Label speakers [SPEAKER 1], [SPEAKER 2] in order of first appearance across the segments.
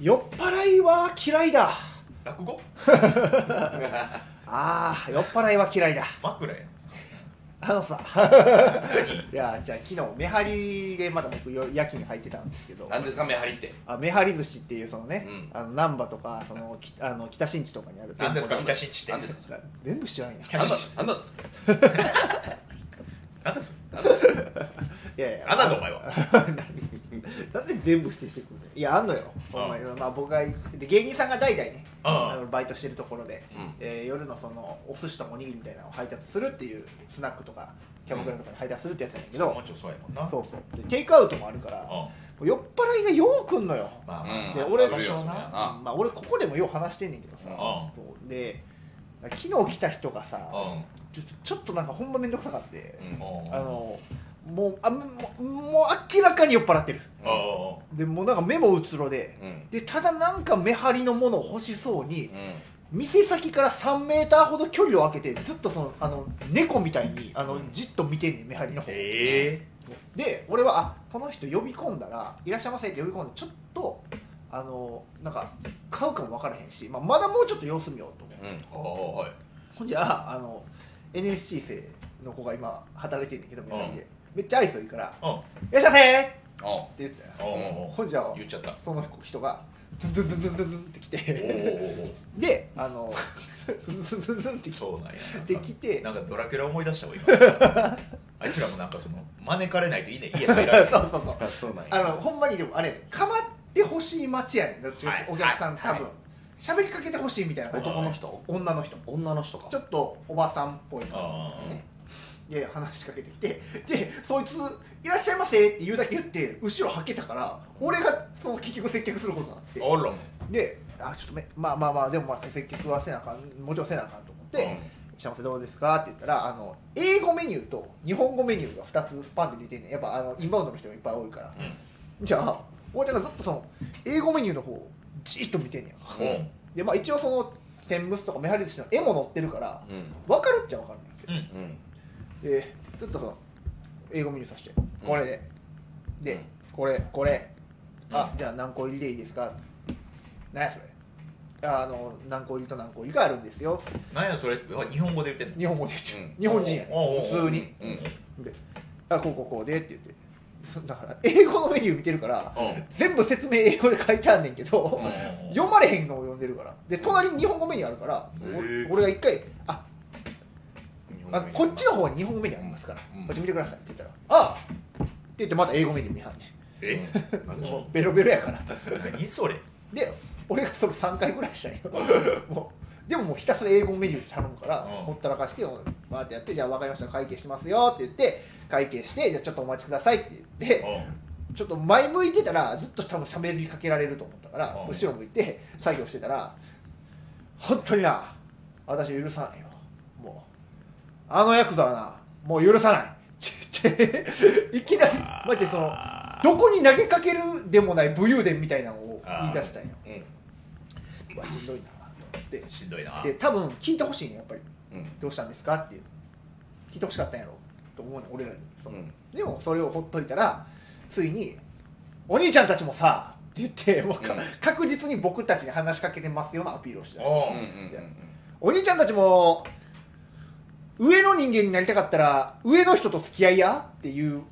[SPEAKER 1] 酔っ払いは嫌いだ
[SPEAKER 2] 落語
[SPEAKER 1] ああ酔っ払いは嫌いだ
[SPEAKER 2] 枕や
[SPEAKER 1] あのさ いやじゃあ昨日めはりでまだ僕よ夜勤入ってたんですけど
[SPEAKER 3] 何ですか目張りって
[SPEAKER 1] あめはり寿司っていうそのね、
[SPEAKER 3] うん
[SPEAKER 1] あの難波とかそのきあの北新地とかにある
[SPEAKER 2] 何ですか
[SPEAKER 1] 店
[SPEAKER 2] 北新地って
[SPEAKER 3] 何ですかそれ
[SPEAKER 1] 舗で全部知らんや
[SPEAKER 2] 北新地
[SPEAKER 3] 何なんですか
[SPEAKER 2] 何だそれ
[SPEAKER 1] いやいや
[SPEAKER 2] あなんだお前は
[SPEAKER 1] 何 なんで全部否定してくるのいやあんのよ
[SPEAKER 2] ああ
[SPEAKER 1] お前まあ僕がで芸人さんが代々ね
[SPEAKER 2] ああ
[SPEAKER 1] あのバイトしてるところで、
[SPEAKER 3] うん
[SPEAKER 1] えー夜のそのお寿司とおにぎりみたいなのを配達するっていうスナックとかキャバクラとかに配達するってやつやねんけど、
[SPEAKER 2] もうちょいそうやもんな
[SPEAKER 1] そうそうでテイクアウトもあるから、
[SPEAKER 2] ん
[SPEAKER 1] もう酔っ払いがよう来んのよ、
[SPEAKER 2] まあま
[SPEAKER 3] うん
[SPEAKER 1] で
[SPEAKER 2] あ
[SPEAKER 1] 俺
[SPEAKER 3] あるよ
[SPEAKER 2] 場所な
[SPEAKER 3] そりゃな
[SPEAKER 1] まあ、俺ここでもよう話してんねんけどさ、
[SPEAKER 2] う
[SPEAKER 1] そうで昨日来た人がさ、
[SPEAKER 2] うん
[SPEAKER 1] ちょちょっとなんかほんま面倒くさかって、
[SPEAKER 3] うん
[SPEAKER 2] うん
[SPEAKER 1] あのもうあもうもう明らかに酔っ払ってる
[SPEAKER 2] うんうんうん
[SPEAKER 1] でもうなんか目もうつろで,、
[SPEAKER 3] うん
[SPEAKER 1] でただなんか目張りのものを欲しそうに
[SPEAKER 3] うん
[SPEAKER 1] 店先から3メーターほど距離を空けてずっとそのあの猫みたいにあの、
[SPEAKER 2] うん
[SPEAKER 1] じっと見てんねん目張りの方
[SPEAKER 2] え
[SPEAKER 1] で俺はあこの人呼び込んだら「いらっしゃいませ」って呼び込んでちょっとあのなんか買うかも分からへんし、まあ、まだもうちょっと様子見ようと思う
[SPEAKER 2] え
[SPEAKER 3] うん
[SPEAKER 2] はい
[SPEAKER 1] ほんじゃああの NSC 生の子が今働いてるんだけどメールで、めっちゃ愛想いいから「
[SPEAKER 2] うん
[SPEAKER 1] いらっしゃいませ!」って
[SPEAKER 3] あ
[SPEAKER 1] 言ったよ
[SPEAKER 2] うんうん
[SPEAKER 1] ほんじゃあ
[SPEAKER 3] 言っち ゃった
[SPEAKER 1] その人がズンズンズンズンズンズンって来
[SPEAKER 2] おーお
[SPEAKER 1] て
[SPEAKER 2] ーおー
[SPEAKER 1] であのズンズンズンズンって 来て
[SPEAKER 2] そうなんやなんか
[SPEAKER 1] できて
[SPEAKER 2] なんかドラキュラ思い出したわ今 あいつらもなんかその招かれないといいね家入られ
[SPEAKER 1] そうそうそう
[SPEAKER 3] あそうなん
[SPEAKER 1] あのほんまにでもあれ構ってほしい街やねんどっちかっていうとお
[SPEAKER 2] はい
[SPEAKER 1] 客さん、
[SPEAKER 2] はい
[SPEAKER 1] 多
[SPEAKER 2] は
[SPEAKER 1] 分喋りかけてほしいみたいな
[SPEAKER 3] 男の人
[SPEAKER 1] 女の人
[SPEAKER 3] 女の人か
[SPEAKER 1] ちょっとおばさんっぽい
[SPEAKER 2] ああ
[SPEAKER 1] ねで話しかけてきてでそいつ「いらっしゃいませ」って言うだけ言って後ろはけたから俺がその結局接客することになって
[SPEAKER 2] あら
[SPEAKER 1] であちょっとめまあまあまあでもまあ接客はせなあかんもちろんせなあかんと思って「いらっしゃいませどうですか?」って言ったらあの英語メニューと日本語メニューが2つパンって出てんねんやっぱあのインバウンドの人がいっぱい多いから、じゃあ俺ちゃんがずっとその英語メニューの方をじーっと見てんねや
[SPEAKER 3] うんうん
[SPEAKER 1] でまあ一応その天むすとかメハリ寿司の絵も載ってるから
[SPEAKER 3] うん
[SPEAKER 1] 分かるっちゃ分かるんですよ
[SPEAKER 3] うん
[SPEAKER 1] でずっとその英語メニューさしてこれで、で、
[SPEAKER 3] うん
[SPEAKER 1] これこれあ、
[SPEAKER 2] う
[SPEAKER 1] じゃあ何個入りでいいですか何やそれああの何個入りと何個入りがあるんですよ
[SPEAKER 2] なんやそれうわ日本語で言ってんの
[SPEAKER 1] 日本語で言って、
[SPEAKER 3] うん
[SPEAKER 1] 日本人やね
[SPEAKER 2] おうおうおう
[SPEAKER 1] 普通に
[SPEAKER 3] うん
[SPEAKER 1] であこうこうこうでって言ってそだから英語のメニュー見てるから
[SPEAKER 2] うん
[SPEAKER 1] 全部説明英語で書いてあんねんけど、
[SPEAKER 3] うん
[SPEAKER 1] 読まれへんのを読んでるからで隣に日本語メニューあるから、
[SPEAKER 2] へ
[SPEAKER 1] お
[SPEAKER 2] ー
[SPEAKER 1] 俺が一回あ
[SPEAKER 3] 日本
[SPEAKER 1] あ
[SPEAKER 3] 語
[SPEAKER 1] こっちの方に日本語メニューありますから、
[SPEAKER 3] うん
[SPEAKER 1] こっち見てくださいって言ったら「ああ!」って言ってまた英語メニュー見はんね
[SPEAKER 2] え
[SPEAKER 3] うん
[SPEAKER 1] んもうベロベロやから
[SPEAKER 2] 何それ
[SPEAKER 1] で俺がそれ3回ぐらいしたんよもうでももうひたすら英語メニュー頼むから、
[SPEAKER 2] うん
[SPEAKER 1] ほったらかしてバーってやって「じゃあ分かりました会計しますよ」って言って会計して「じゃあちょっとお待ちください」って言って、
[SPEAKER 2] う
[SPEAKER 1] ちょっと前向いてたらずっと多分喋りかけられると思ったから
[SPEAKER 2] うん
[SPEAKER 1] 後ろ向いて作業してたら本当にな私許さないよもうあのヤクザはなもう許さないって言っていきなりマジでそのどこに投げかけるでもない武勇伝みたいなのを言い出したんよ
[SPEAKER 3] うん
[SPEAKER 1] うわしんどいなで
[SPEAKER 2] んしんどいな
[SPEAKER 1] で多分聞いてほしいねやっぱり
[SPEAKER 3] うん
[SPEAKER 1] どうしたんですかっていう聞いてほしかったんやろと思うね俺らにその
[SPEAKER 3] うん
[SPEAKER 1] でもそれをほっといたらついに「お兄ちゃんたちもさ」って言ってもうか
[SPEAKER 3] うん
[SPEAKER 1] 確実に僕たちに話しかけてますようなアピールをしてた
[SPEAKER 2] お
[SPEAKER 3] うんうん
[SPEAKER 1] お兄ちゃんたちも上の人間になりたかったら上の人と付き合いやっていう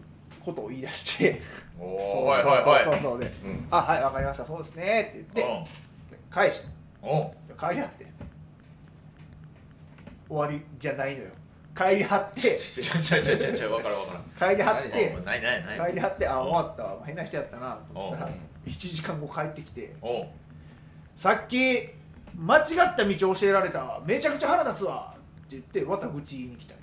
[SPEAKER 1] ことを言い出して
[SPEAKER 2] お
[SPEAKER 1] そう
[SPEAKER 2] おはいはい
[SPEAKER 1] そう
[SPEAKER 2] は
[SPEAKER 1] そう
[SPEAKER 2] い
[SPEAKER 1] そうで「
[SPEAKER 3] うん
[SPEAKER 1] あはいわかりましたそうですね」って言って返し
[SPEAKER 2] うん お
[SPEAKER 1] 帰りはって終わりじゃないのよ帰りはって
[SPEAKER 2] ちょちょちょちょちょちょわからんわか
[SPEAKER 1] 帰りはっ
[SPEAKER 2] ら
[SPEAKER 1] て
[SPEAKER 2] んないないない
[SPEAKER 1] 帰りはってあ
[SPEAKER 2] うん
[SPEAKER 1] 終わったわ変な人やったなと思ったら
[SPEAKER 2] うん
[SPEAKER 1] 1時間後帰ってきて
[SPEAKER 2] お
[SPEAKER 1] さっき間違った道を教えられたわめちゃくちゃ腹立つわって言ってまた愚痴言いに来た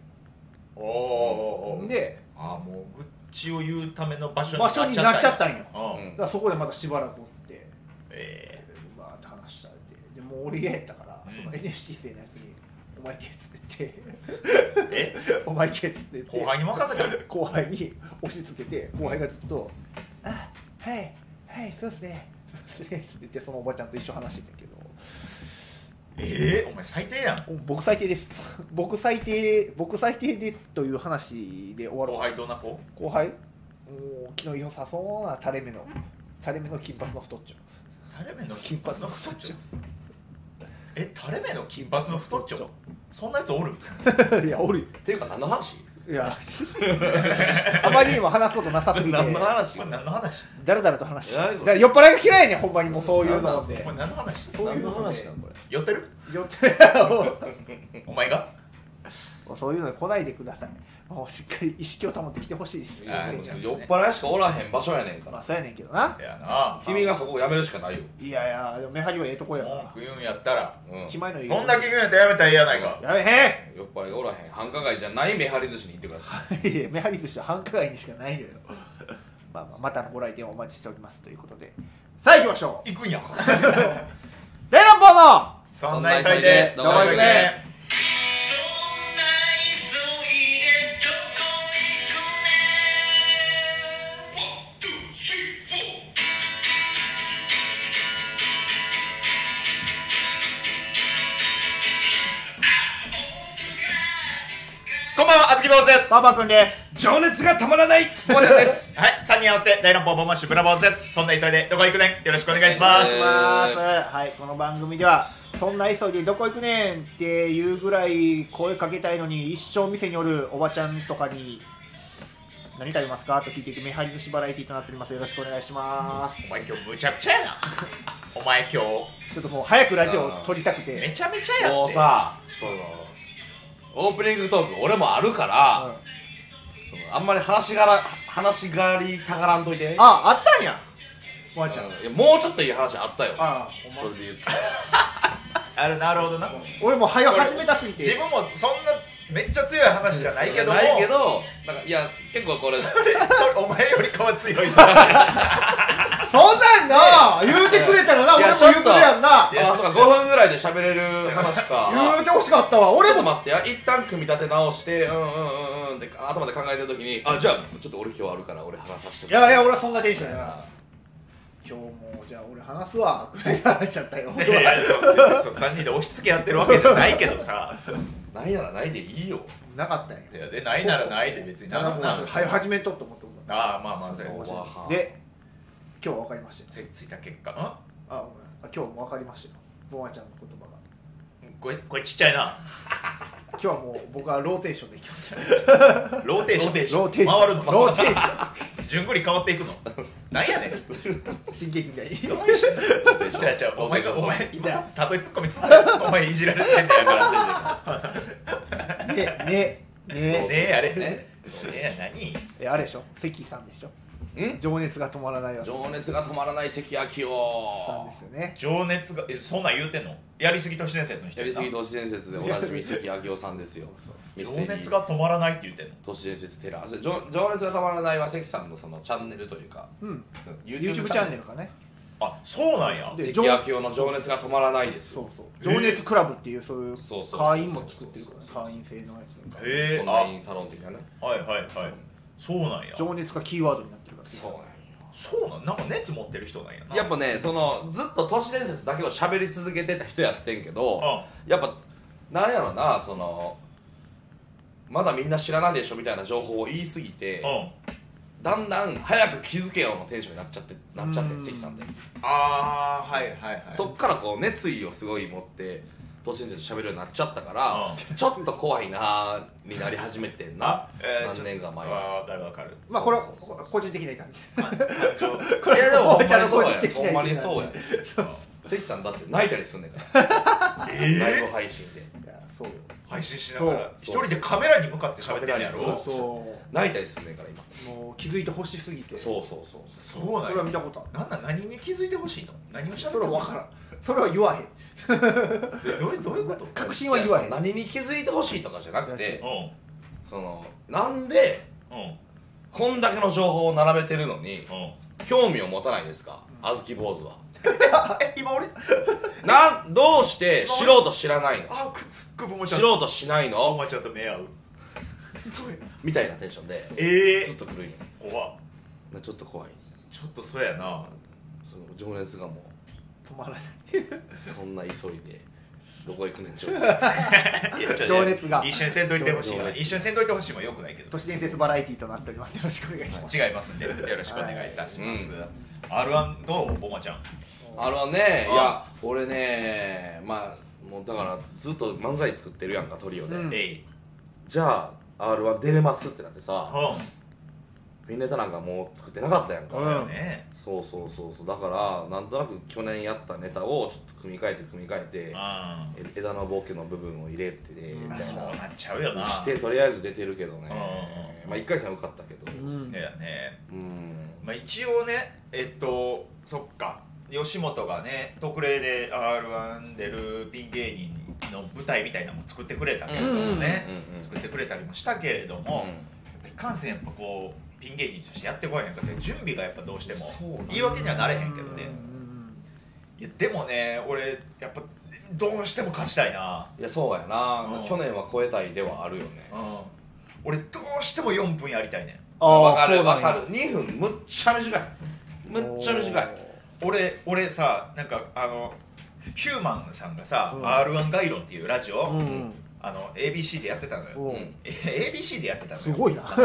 [SPEAKER 2] おお
[SPEAKER 1] り
[SPEAKER 2] お
[SPEAKER 1] で
[SPEAKER 2] あもう愚痴を言うための場所
[SPEAKER 1] 場所になっちゃったんよ
[SPEAKER 2] よ
[SPEAKER 3] うん
[SPEAKER 1] だからそこでまたしばらくおって
[SPEAKER 2] え
[SPEAKER 1] バーって話されてでもう俺嫌やったからその
[SPEAKER 2] うん
[SPEAKER 1] NFC 生のやつに「お前け」っつって
[SPEAKER 2] ーえ
[SPEAKER 1] 言 って「お前け」っつって言って
[SPEAKER 2] 後輩に任せた
[SPEAKER 1] 後輩に押し付けて後輩がずっと「あはいはいそうですねそうですね」って言ってそのおばちゃんと一緒に話してたけど
[SPEAKER 2] えーお前最低やん
[SPEAKER 1] お僕最低です 僕最低僕最低でという話で終わろう
[SPEAKER 2] 後輩どんな子
[SPEAKER 1] 後輩もう昨日良さそうな垂れ目の垂れ目の金髪の太っちょ
[SPEAKER 2] タレ目の
[SPEAKER 1] 金
[SPEAKER 2] 金
[SPEAKER 1] 髪
[SPEAKER 2] 髪
[SPEAKER 1] の
[SPEAKER 2] の
[SPEAKER 1] 太
[SPEAKER 2] 太
[SPEAKER 1] っ
[SPEAKER 2] っ
[SPEAKER 1] ち
[SPEAKER 2] ち
[SPEAKER 1] ょ
[SPEAKER 2] ょえタレ目の金髪の太っちょそんなやつおる
[SPEAKER 1] いやおるよ
[SPEAKER 3] ていうか何の話
[SPEAKER 1] いやあまりにも話すことなさすぎて
[SPEAKER 3] 何の話
[SPEAKER 2] これ何の話
[SPEAKER 1] だらだらと話して
[SPEAKER 3] 偉
[SPEAKER 1] だ
[SPEAKER 3] いこと
[SPEAKER 1] から酔っ払いが嫌いやねんほんまにもうそういう
[SPEAKER 3] なん
[SPEAKER 1] の
[SPEAKER 3] なん
[SPEAKER 1] っ
[SPEAKER 3] すか
[SPEAKER 1] て
[SPEAKER 2] これ何の話
[SPEAKER 1] そういうの
[SPEAKER 3] 何の話なんこれ
[SPEAKER 2] 寄ってる
[SPEAKER 1] 酔って
[SPEAKER 2] お前が
[SPEAKER 1] もうそういうのに来ないでくださいもうしっかり意識を保ってきてほしいです
[SPEAKER 3] い
[SPEAKER 1] よ
[SPEAKER 3] や
[SPEAKER 2] あ
[SPEAKER 1] せ
[SPEAKER 3] も
[SPEAKER 1] ん
[SPEAKER 3] う
[SPEAKER 1] ちゃん
[SPEAKER 2] ね
[SPEAKER 3] 酔っ払いしかおらへん場所やねんか
[SPEAKER 1] まあ
[SPEAKER 3] ら
[SPEAKER 1] そうやねんけどな
[SPEAKER 2] せやな
[SPEAKER 3] 君がそこをやめるしかないよ
[SPEAKER 1] いやいやでもメハリはええとこや
[SPEAKER 2] 文
[SPEAKER 1] か
[SPEAKER 2] 句言うんやったら
[SPEAKER 3] うん
[SPEAKER 1] ら気前のいい
[SPEAKER 2] こんだけ言うんやったらやめたらええやないか
[SPEAKER 1] やめへ
[SPEAKER 3] 酔っ払いがおらへん繁華街じゃないめはり寿司に行ってください
[SPEAKER 1] んいやメハリ寿司は繁華街にしかないのよまあまあまたのご来店をお待ちしておりますということでさあ行きましょう
[SPEAKER 2] 行くんや
[SPEAKER 1] デロンポーの
[SPEAKER 2] そんな急いでどこ行くねこんばんは、あずき坊主です。
[SPEAKER 1] バーバー君です
[SPEAKER 3] 情熱がたまらないおばちゃんで す
[SPEAKER 2] はい、三人合わせて、大乱暴ボンマッシュブラボーズです。そんな急いで、どこ行くねんよろしくお願いしま
[SPEAKER 1] お願いし
[SPEAKER 2] す。
[SPEAKER 1] ます、はいこの番組ではそんな急いでどこ行くねんっていうぐらい声かけたいのに一生店におるおばちゃんとかに何食べますかと聞いていくメハリ寿司バラエティとなっておりますよろしくお願いします
[SPEAKER 2] お前今日むちゃくちゃやな。お前今
[SPEAKER 1] ちょっともう早くラジオを撮りたく
[SPEAKER 2] 日、め
[SPEAKER 1] て、
[SPEAKER 2] ちゃめちゃやって。
[SPEAKER 3] もうさそのオープニングトーク俺もあるから、
[SPEAKER 1] うん
[SPEAKER 3] そのあんまり話がら話がりたがらんといて
[SPEAKER 1] ああったんやおばちゃん
[SPEAKER 3] うんいやもうちょっといい話あったよ
[SPEAKER 1] あ
[SPEAKER 3] それで言うと
[SPEAKER 2] あるなるほどな。
[SPEAKER 1] 俺もう早始めたすぎて
[SPEAKER 2] 自分もそんな、めっちゃ強い話じゃないけども、
[SPEAKER 3] ないけどなんかいや結構これ
[SPEAKER 2] それそれお前よりかは強いさ。
[SPEAKER 1] そんなんな言うてくれたらな俺
[SPEAKER 3] い
[SPEAKER 1] も
[SPEAKER 3] や
[SPEAKER 1] 言うてるやんな
[SPEAKER 3] あそうか5分ぐらいで喋れる話
[SPEAKER 1] 言
[SPEAKER 3] か
[SPEAKER 1] うてほしかったわ
[SPEAKER 3] ちょ
[SPEAKER 1] 俺
[SPEAKER 3] っと
[SPEAKER 1] も
[SPEAKER 3] 待ってや一旦組み立て直してうんうんうんうんって頭で考えてる時にあじゃあちょっと俺今日あるから俺話させ
[SPEAKER 1] い
[SPEAKER 3] て
[SPEAKER 1] やいや俺はそんなテンションやな今日もじゃあ俺話すわぐらい話しちゃったよ
[SPEAKER 2] いやいやそうそう三人で押し付けやってるわけじゃないけどさ。
[SPEAKER 3] ないならないでいいよ
[SPEAKER 1] なかったんや
[SPEAKER 2] いやで、ないならないで別に
[SPEAKER 1] た
[SPEAKER 2] な
[SPEAKER 1] だ
[SPEAKER 2] な
[SPEAKER 1] もうちょ
[SPEAKER 2] な
[SPEAKER 1] っと早始めとっと思って思っ
[SPEAKER 2] ああ、まあまあ、そうや
[SPEAKER 3] そう
[SPEAKER 1] た
[SPEAKER 3] わ
[SPEAKER 1] で今日は分かりましたよ
[SPEAKER 2] せっついた結果、ん
[SPEAKER 1] あごめんあ今日も分かりましたよボンアちゃんの言葉が
[SPEAKER 2] これこれちっちゃいな
[SPEAKER 1] 今日はもう僕はローテーションできまし
[SPEAKER 2] ローテーション
[SPEAKER 1] たローテーション
[SPEAKER 2] 回るの
[SPEAKER 1] ローテーション
[SPEAKER 2] じゅんぐり変わっていくのなんやねん
[SPEAKER 1] 進撃みたいに
[SPEAKER 2] どういうしじゃあじゃあお前がお前今
[SPEAKER 1] いや
[SPEAKER 2] たとえツッコミすんなお前いじられてんだよ
[SPEAKER 1] ねねね
[SPEAKER 2] ねえあれね
[SPEAKER 3] ね
[SPEAKER 2] え何
[SPEAKER 1] えあれでしょ関さんでしょ
[SPEAKER 3] ん
[SPEAKER 1] 情熱が止まらないわ
[SPEAKER 3] 情熱が止まらない関明
[SPEAKER 1] さん
[SPEAKER 3] 夫
[SPEAKER 1] ですよね
[SPEAKER 2] 情熱がえそんなん言うてんのやりすぎ都市伝説の人
[SPEAKER 3] やりすぎ都市伝説でおなじみ関明夫さんですよミステ
[SPEAKER 2] 情
[SPEAKER 3] リー
[SPEAKER 2] 熱が止まらないって言ってんの
[SPEAKER 3] 都市伝説テラーそれ情情熱がたまらないは関さんのそのチャンネルというか
[SPEAKER 1] うん
[SPEAKER 3] YouTube
[SPEAKER 1] YouTube チャンネルかね
[SPEAKER 2] あそうなんや
[SPEAKER 1] で
[SPEAKER 3] 関明夫の情熱が止まらないです
[SPEAKER 1] そう
[SPEAKER 3] よ
[SPEAKER 1] そう情熱クラブっていうそういう
[SPEAKER 3] そうそうそう
[SPEAKER 1] 会員も作ってるから会員制のやつとか
[SPEAKER 2] へ
[SPEAKER 3] オ
[SPEAKER 2] え
[SPEAKER 3] ン
[SPEAKER 2] あ
[SPEAKER 3] ラインサロン的なね
[SPEAKER 2] はいはいはいそうなんや
[SPEAKER 1] 情熱がキーワードになってるから
[SPEAKER 3] そうなんよ
[SPEAKER 2] そうなんなんか熱持ってる人なんやな
[SPEAKER 3] やっぱねそのずっと都市伝説だけを喋り続けてた人やってんけどやっぱなんやろなそのまだみんな知らないでしょみたいな情報を言いすぎて
[SPEAKER 2] うん
[SPEAKER 3] だんだん早く気づけよのテンションになっちゃってなっちゃって
[SPEAKER 1] うん
[SPEAKER 3] 関さんで
[SPEAKER 2] ああはいはいはい
[SPEAKER 3] そっからこう熱意をすごい持って都市伝説喋るようになっちゃったからちょっと怖いなーになり始めてんな
[SPEAKER 2] えー
[SPEAKER 3] 何年か前は
[SPEAKER 2] ああだいぶわかる
[SPEAKER 1] まあこれは個人的な意見です
[SPEAKER 3] いやで
[SPEAKER 1] お
[SPEAKER 3] もほん
[SPEAKER 1] ばちゃん
[SPEAKER 3] ま
[SPEAKER 1] の個
[SPEAKER 3] にそうや
[SPEAKER 1] 人的な
[SPEAKER 3] ほんまに
[SPEAKER 1] 意見
[SPEAKER 3] そうや関さんだって泣いたりすんねんからライブ
[SPEAKER 2] え
[SPEAKER 3] 配信で
[SPEAKER 1] いやそうよ
[SPEAKER 2] ー、配信しながら一
[SPEAKER 3] そう
[SPEAKER 2] 人でカメラに向かって喋ってるんや
[SPEAKER 3] カメラ
[SPEAKER 2] ろ
[SPEAKER 3] に
[SPEAKER 1] そうそ
[SPEAKER 3] 泣いたりすんねんから今
[SPEAKER 1] うもう気づいてほしすぎて
[SPEAKER 3] そうそうそうそ
[SPEAKER 2] そう
[SPEAKER 1] こ
[SPEAKER 2] なん
[SPEAKER 1] れ
[SPEAKER 2] や
[SPEAKER 1] は見たことある
[SPEAKER 2] なんだ何に気づいてほしいの何をしゃべ
[SPEAKER 1] そ
[SPEAKER 2] る
[SPEAKER 1] れは分からんそれは言わへん
[SPEAKER 2] らどういうどういうこと
[SPEAKER 1] 確信は言わへん
[SPEAKER 3] いや何に気づいてほしいとかじゃなくて
[SPEAKER 2] う
[SPEAKER 3] そのなんで
[SPEAKER 2] んうん
[SPEAKER 3] こんだけの情報を並べてるのに
[SPEAKER 2] うん
[SPEAKER 3] 興味を持たないですかあずき坊主は
[SPEAKER 2] え今俺
[SPEAKER 3] なんどうして知ろうと知らないの
[SPEAKER 2] あくっつくぼもちゃ
[SPEAKER 3] 知
[SPEAKER 2] ん
[SPEAKER 3] ろうとしない
[SPEAKER 2] お
[SPEAKER 3] の
[SPEAKER 2] もちゃんと目合うすごい
[SPEAKER 3] みたいなテンションで
[SPEAKER 2] え
[SPEAKER 3] ずっ
[SPEAKER 2] ー、
[SPEAKER 3] と来るんよ
[SPEAKER 2] 怖っ
[SPEAKER 3] なちょっと怖い
[SPEAKER 2] ちょっとそうやな
[SPEAKER 3] その情熱がも
[SPEAKER 1] 止まらないう
[SPEAKER 3] そんな急いで どこ行くねん情
[SPEAKER 2] いやちょ
[SPEAKER 1] 情熱が
[SPEAKER 2] 一緒にせんといてほしい
[SPEAKER 3] 情
[SPEAKER 2] わ
[SPEAKER 3] 熱
[SPEAKER 2] 一緒にせんといてほしいもよくないけど
[SPEAKER 1] 都市伝説バラエティーとなっておりますよろしくお願いします
[SPEAKER 2] 違いますんでよろしくお願いいたします、
[SPEAKER 3] は
[SPEAKER 2] R1 どうボマちゃん
[SPEAKER 1] も
[SPEAKER 3] あのね
[SPEAKER 2] うん
[SPEAKER 3] いや俺ねまあもうだからずっと漫才作ってるやんかトリオで、
[SPEAKER 1] うん
[SPEAKER 2] えい
[SPEAKER 3] じゃあ r 1出れますってなってさ
[SPEAKER 2] うん
[SPEAKER 3] ピンネタなんかもう作ってなかったやんか、
[SPEAKER 1] うん
[SPEAKER 2] そうだよね
[SPEAKER 3] そうそうそうそうだからなんとなく去年やったネタをちょっと組み替えて組み替えて
[SPEAKER 2] あ
[SPEAKER 3] え枝のボケの部分を入れてね
[SPEAKER 1] うん
[SPEAKER 3] み
[SPEAKER 2] あ
[SPEAKER 3] た
[SPEAKER 2] そ
[SPEAKER 3] いうな
[SPEAKER 2] なっちゃうよな
[SPEAKER 3] してとりあえず出てるけどね
[SPEAKER 2] う
[SPEAKER 3] まあ1回戦受かったけど
[SPEAKER 1] うん
[SPEAKER 2] だよね
[SPEAKER 3] うん
[SPEAKER 2] まあ、一応ねえっとそっか吉本がね特例で r 1出るピン芸人の舞台みたいなのも作ってくれたけれどもね
[SPEAKER 3] うんうんうん
[SPEAKER 2] 作ってくれたりもしたけれども、いかんせんやっぱこうピン芸人としてやってこいへんかって準備がやっぱどうして
[SPEAKER 3] そう
[SPEAKER 2] も
[SPEAKER 3] なんだ
[SPEAKER 2] 言い訳にはなれへんけどね
[SPEAKER 1] うん
[SPEAKER 2] いやでもね俺やっぱどうしても勝ちたいない
[SPEAKER 3] やそうやな、
[SPEAKER 2] うん
[SPEAKER 3] 去年は超えたいではあるよね
[SPEAKER 2] うん俺どうしても4分やりたいねん
[SPEAKER 3] わ
[SPEAKER 1] あ
[SPEAKER 3] か
[SPEAKER 1] あそ
[SPEAKER 3] る
[SPEAKER 1] うな
[SPEAKER 3] わ
[SPEAKER 1] ん
[SPEAKER 3] か
[SPEAKER 1] や
[SPEAKER 3] る2分むっちゃ短いむっちゃ短い
[SPEAKER 2] 俺俺さなんかあのヒューマンさんがさ「
[SPEAKER 1] うん
[SPEAKER 2] r 1ガイド」っていうラジオ、
[SPEAKER 1] おーうん
[SPEAKER 2] あの ABC でやってたのよ
[SPEAKER 1] おー
[SPEAKER 3] うん
[SPEAKER 2] え ABC でやってたのよ
[SPEAKER 1] すごいな
[SPEAKER 3] う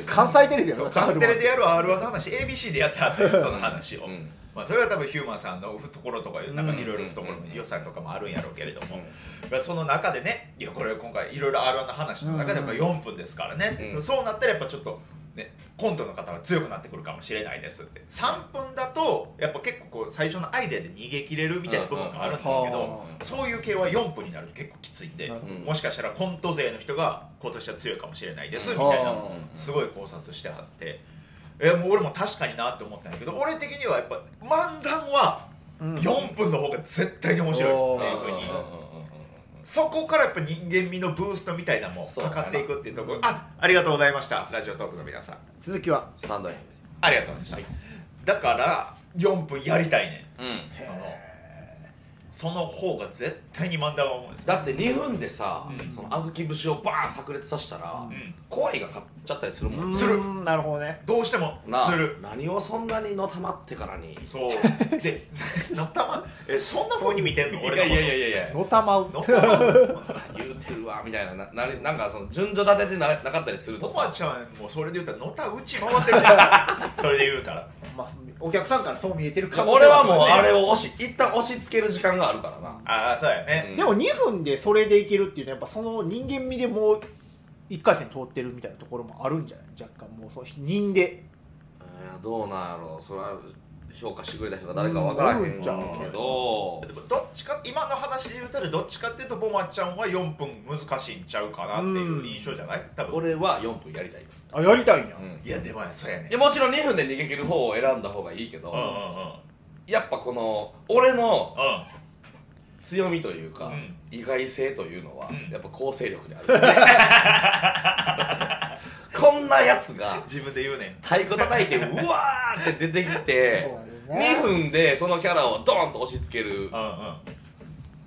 [SPEAKER 3] ん
[SPEAKER 1] 関西テレビや
[SPEAKER 2] そ
[SPEAKER 1] ろ
[SPEAKER 2] うカンテレでやる r 1の話 ABC でやってはったよその話を、
[SPEAKER 3] うん
[SPEAKER 2] まあ、それは多分ヒューマンさんの懐とかなんかいろいろ懐
[SPEAKER 3] うん
[SPEAKER 2] の予算とかもあるんやろうけれども、まあその中でねいやこれ今回いろいろ r 1の話の中でやっぱ4分ですからね、
[SPEAKER 3] うん
[SPEAKER 2] そうなったらやっぱちょっと、ね、コントの方は強くなってくるかもしれないですって3分だとやっぱ結構こう最初のアイデアで逃げ切れるみたいな部分があるんですけど、
[SPEAKER 1] うんうん
[SPEAKER 3] うん
[SPEAKER 2] そういう系は4分になると結構きついんで、
[SPEAKER 3] うん
[SPEAKER 2] もしかしたらコント勢の人が今年は強いかもしれないですみたいなのを
[SPEAKER 3] うん
[SPEAKER 2] すごい考察してはって。えもう俺も確かになって思ったんだけど俺的にはやっぱ漫談は
[SPEAKER 1] うん
[SPEAKER 2] 4分の方が絶対に面白いっていうふうにそこからやっぱ人間味のブーストみたいなのもかかっていくっていうところあありがとうございましたラジオトークの皆さん
[SPEAKER 1] 続きは
[SPEAKER 3] スタンド FM
[SPEAKER 2] ありがとうございました、だから4分やりたいね
[SPEAKER 3] うん
[SPEAKER 2] んそのその方が絶対に漫談は思うんですよ
[SPEAKER 3] だって2分でさ、
[SPEAKER 2] うん
[SPEAKER 3] その小豆節をバーン炸裂させたら、
[SPEAKER 2] ん
[SPEAKER 3] 怖いが勝っちゃったりするもん、
[SPEAKER 2] する
[SPEAKER 1] うんなるほどね
[SPEAKER 2] どうしても
[SPEAKER 3] なあ
[SPEAKER 2] する
[SPEAKER 3] 何をそんなにのたまってからに
[SPEAKER 2] そうで のたまえそんな風に見てんの俺のこと
[SPEAKER 3] いやいや
[SPEAKER 1] のたまう
[SPEAKER 2] のたま
[SPEAKER 3] 言うてるわみたいなななれなんかその順序立ててななかったりすると
[SPEAKER 2] とま
[SPEAKER 3] さ
[SPEAKER 2] ちゃんもそれで言ったらのたうち回ってるからそれで言うたら
[SPEAKER 1] まあお客さんからそう見えてる可能性
[SPEAKER 3] 俺はもうあれを押し一旦押し付ける時間があるからな
[SPEAKER 2] ああそうやね、
[SPEAKER 3] うん
[SPEAKER 1] でも2分でそれでいけるっていうのはやっぱその人間味でもう1回戦通ってるみたいなところもあるんじゃない若干もうそう人で
[SPEAKER 3] えーどうなんやろうそれは評価してくれた人が誰かわからへんじゃんけど
[SPEAKER 2] でもどっちか今の話で言うたらどっちかっていうとボマちゃんは4分難しいんちゃうかなっていう印象じゃない多分
[SPEAKER 3] 俺は4分やりたい、
[SPEAKER 1] あやりたいんや、
[SPEAKER 3] うん
[SPEAKER 2] いやでもねそうやね
[SPEAKER 3] でもちろん2分で逃げ切る方を選んだ方がいいけど、
[SPEAKER 2] うんうんうん
[SPEAKER 3] やっぱこの俺の
[SPEAKER 2] う
[SPEAKER 3] 強みというか、
[SPEAKER 2] うん
[SPEAKER 3] 意外性というのは、
[SPEAKER 2] うん
[SPEAKER 3] やっぱ構成力にある こんなやつが
[SPEAKER 2] ん自分で言うね
[SPEAKER 3] 太鼓叩いてうわーって出てきて
[SPEAKER 1] そうだね
[SPEAKER 3] 2分でそのキャラをドーンと押し付ける
[SPEAKER 2] んうんうん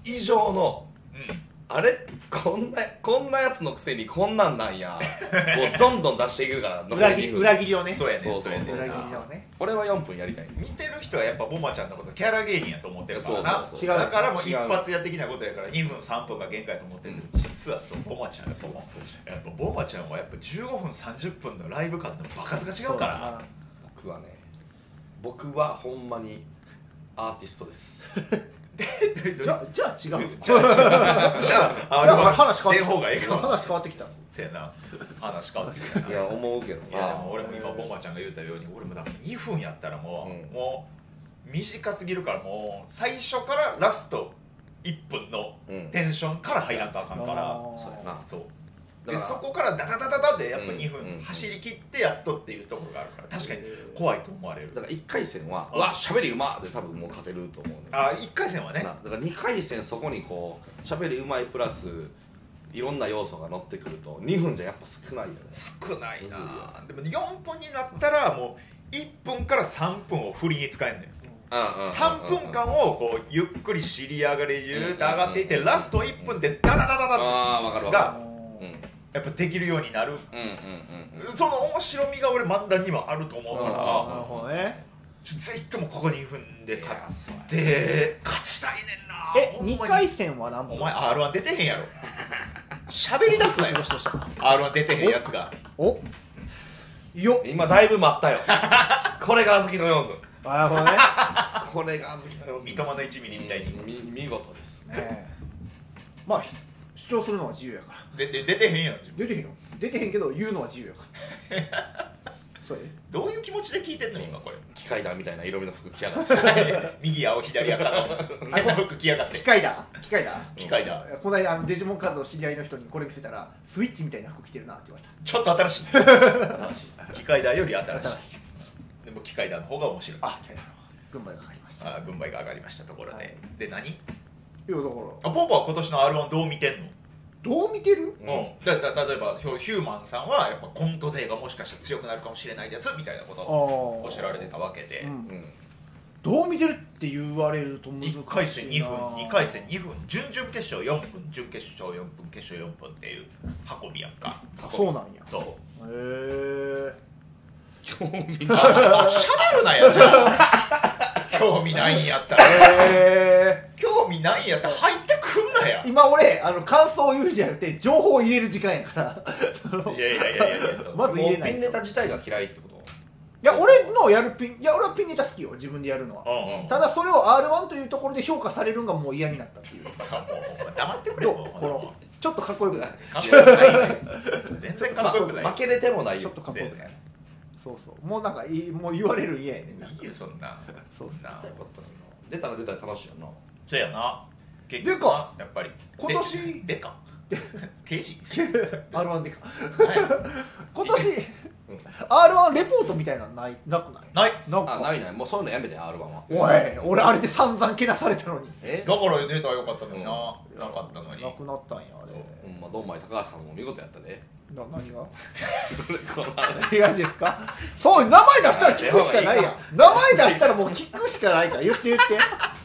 [SPEAKER 3] 以上の
[SPEAKER 2] うん
[SPEAKER 3] あれこんなこんなやつのくせにこんなんな んやをどんどん出していくから残り
[SPEAKER 1] 裏切
[SPEAKER 3] 2
[SPEAKER 1] り
[SPEAKER 3] 分
[SPEAKER 1] 裏切りをね
[SPEAKER 2] そうやね
[SPEAKER 3] そうそう
[SPEAKER 2] そうやね
[SPEAKER 3] そう
[SPEAKER 1] 裏切
[SPEAKER 2] そ
[SPEAKER 1] り
[SPEAKER 2] うそ
[SPEAKER 1] さ
[SPEAKER 2] う
[SPEAKER 1] はね
[SPEAKER 3] 俺は4分やりたい
[SPEAKER 2] 見てる人はやっぱボマちゃんのことキャラ芸人やと思ってるからな
[SPEAKER 3] そう
[SPEAKER 1] そうそう
[SPEAKER 2] だからもう
[SPEAKER 3] 違
[SPEAKER 2] 一
[SPEAKER 3] う
[SPEAKER 2] 発や的なことやから2分3分が限界やと思ってるけど実はそうボマちゃんそう
[SPEAKER 3] そうじ
[SPEAKER 2] やっぱボマちゃんはやっぱ15分30分のライブ数の場数が違うからな
[SPEAKER 3] 僕はね僕はほんまにアーティストです
[SPEAKER 1] そうだなじゃあじゃあ違う
[SPEAKER 2] じゃあ、じゃあ、あれは
[SPEAKER 1] 話
[SPEAKER 2] 話
[SPEAKER 1] 変
[SPEAKER 2] 変
[SPEAKER 1] わ
[SPEAKER 2] わ
[SPEAKER 1] っ
[SPEAKER 2] ってて
[SPEAKER 1] き
[SPEAKER 2] 方がいいかもし
[SPEAKER 1] 話変わってきた
[SPEAKER 2] れんな。話変わってきたな。
[SPEAKER 3] い
[SPEAKER 2] い
[SPEAKER 3] や
[SPEAKER 2] や、
[SPEAKER 3] 思うけどな
[SPEAKER 2] でも俺も今、ボンマちゃんが言うたように、俺もだから2分やったらもう、
[SPEAKER 3] うん
[SPEAKER 2] もう、短すぎるから、もう、最初からラスト1分の
[SPEAKER 3] うん
[SPEAKER 2] テンションから入らんとあかんから、
[SPEAKER 1] あー
[SPEAKER 3] そうやな
[SPEAKER 2] そう。で、
[SPEAKER 3] だから
[SPEAKER 2] そこからダダダダダで、やっぱ2
[SPEAKER 3] うんうん
[SPEAKER 2] 分走り切ってやっとっていうところがあるから、確かに怖いと思われる。
[SPEAKER 3] だから1回戦は「
[SPEAKER 2] あ
[SPEAKER 3] うわしゃべりうま!」で多分もう勝てると思うね
[SPEAKER 2] あー、1回戦はね
[SPEAKER 3] な。だから2回戦そこにこうしゃべりうまいプラスいろんな要素が乗ってくると2分じゃやっぱ少ないよね
[SPEAKER 2] 少ないなぁでも4分になったらもう1分から3分を振りに使えんのよ3分間をこうゆっくり尻上がりゆーっと上がっていってラスト1分でダダダダダ
[SPEAKER 3] ああ分かる分
[SPEAKER 1] あ
[SPEAKER 3] か
[SPEAKER 2] が
[SPEAKER 1] ー
[SPEAKER 3] るうん
[SPEAKER 2] やっぱできるようになる
[SPEAKER 3] うんうんうん
[SPEAKER 2] その面白みが俺漫談にもあると思う
[SPEAKER 3] あ
[SPEAKER 1] な
[SPEAKER 2] か
[SPEAKER 1] るほどね
[SPEAKER 2] らちょぜひともここに踏んで
[SPEAKER 3] い
[SPEAKER 2] 勝
[SPEAKER 3] やそうや
[SPEAKER 2] って勝ちたいねんな
[SPEAKER 1] え
[SPEAKER 2] ほんまに
[SPEAKER 1] 二回戦は何
[SPEAKER 2] お
[SPEAKER 1] 分
[SPEAKER 2] 前 r 1出てへんやろ 喋り出すなよ r 1出てへんやつが
[SPEAKER 1] およ
[SPEAKER 3] 今だいぶ待ったよこれが小豆の4分
[SPEAKER 1] あなるほどね
[SPEAKER 3] これが小豆の
[SPEAKER 2] 三笘の1ミリみたいに
[SPEAKER 3] み見事です
[SPEAKER 1] ねえまあひ主張するのは自由やから
[SPEAKER 2] でで出てへんやん自
[SPEAKER 1] 出
[SPEAKER 2] 分
[SPEAKER 1] てへんよ出てへんけど言うのは自由やからそれ
[SPEAKER 2] どういう気持ちで聞いてんの今これ
[SPEAKER 3] 機械だみたいな色味の服着やがって
[SPEAKER 2] 右青左赤の変な服着やがって
[SPEAKER 1] 機械だ機械だ
[SPEAKER 2] 機械だ
[SPEAKER 1] この間あのデジモンカードの知り合いの人にこれ見せたらスイッチみたいな服着てるなって言われ
[SPEAKER 2] ちょっと新 しい機械だより新したい
[SPEAKER 1] 新しい
[SPEAKER 2] でも機械だの方が面白い
[SPEAKER 1] あ機械だ軍配がかかりました
[SPEAKER 2] あー軍配が上がりましたところで、
[SPEAKER 1] はい
[SPEAKER 2] で何
[SPEAKER 1] いやだから
[SPEAKER 2] あポンポは今年の r 1どう見てんの
[SPEAKER 1] どう見てる
[SPEAKER 3] うん
[SPEAKER 2] うん、だだ例えばひょヒューマンさんはやっぱコント勢がもしかしたら強くなるかもしれないですみたいなことを
[SPEAKER 1] お
[SPEAKER 2] おっしゃられてたわけで、
[SPEAKER 1] うん
[SPEAKER 3] うん
[SPEAKER 1] どう見てるって言われると難しいな
[SPEAKER 2] 1回戦2分2回戦2分準々決勝4分準決勝4分決勝4分っていう運びやんか
[SPEAKER 1] あそうなんやへ
[SPEAKER 2] そう
[SPEAKER 1] え
[SPEAKER 3] 興味
[SPEAKER 2] あ喋るなやじゃあ興味ないんやったら
[SPEAKER 1] へ
[SPEAKER 2] 興味ないんやったら入ってくんなや
[SPEAKER 1] え今俺あの感想を言うんじゃなくて情報を入れる時間やから
[SPEAKER 2] いやいやいやいやいや
[SPEAKER 1] まず入れない
[SPEAKER 3] もうピンネタ自体が嫌いってこと
[SPEAKER 1] いや俺のやるピンいや俺はピンネタ好きよ自分でやるのは
[SPEAKER 2] うんうん
[SPEAKER 1] ただそれを r 1というところで評価されるのがもう嫌になった っていう
[SPEAKER 2] もう黙ってくれ
[SPEAKER 1] ど
[SPEAKER 2] よ
[SPEAKER 1] うこのちょっとかっこよくない
[SPEAKER 2] かっこよくないね全然かっこよくない
[SPEAKER 3] 負けれてもないよ
[SPEAKER 1] ちょっとかっこよくないそうそうもうなんかいいもう言われる嫌や ねんない
[SPEAKER 2] いよそんな
[SPEAKER 1] そうっすね
[SPEAKER 2] な
[SPEAKER 3] よかったのにな出たら出たら楽しいよな
[SPEAKER 2] そうやな結
[SPEAKER 1] でか
[SPEAKER 2] やっぱり
[SPEAKER 1] 今年
[SPEAKER 2] ででか刑事
[SPEAKER 1] r 1でか
[SPEAKER 2] は
[SPEAKER 1] 今年
[SPEAKER 3] うん
[SPEAKER 1] r 1レポートみたいなのないなくない
[SPEAKER 2] いない
[SPEAKER 1] なん
[SPEAKER 3] あ
[SPEAKER 1] か
[SPEAKER 3] ないないもうそういうのやめて R1 は
[SPEAKER 1] おい俺あれで散々けなされたのに
[SPEAKER 3] え
[SPEAKER 2] だから出たらよかったのにな、なかったのに
[SPEAKER 1] なくなったんやあれ
[SPEAKER 3] ほんまドンマイ高橋さんも見事やったで
[SPEAKER 1] な何が
[SPEAKER 3] この話
[SPEAKER 1] 何がですかそう名前出したら聞くしかないやん名前出したらもう聞くしかないから言って言って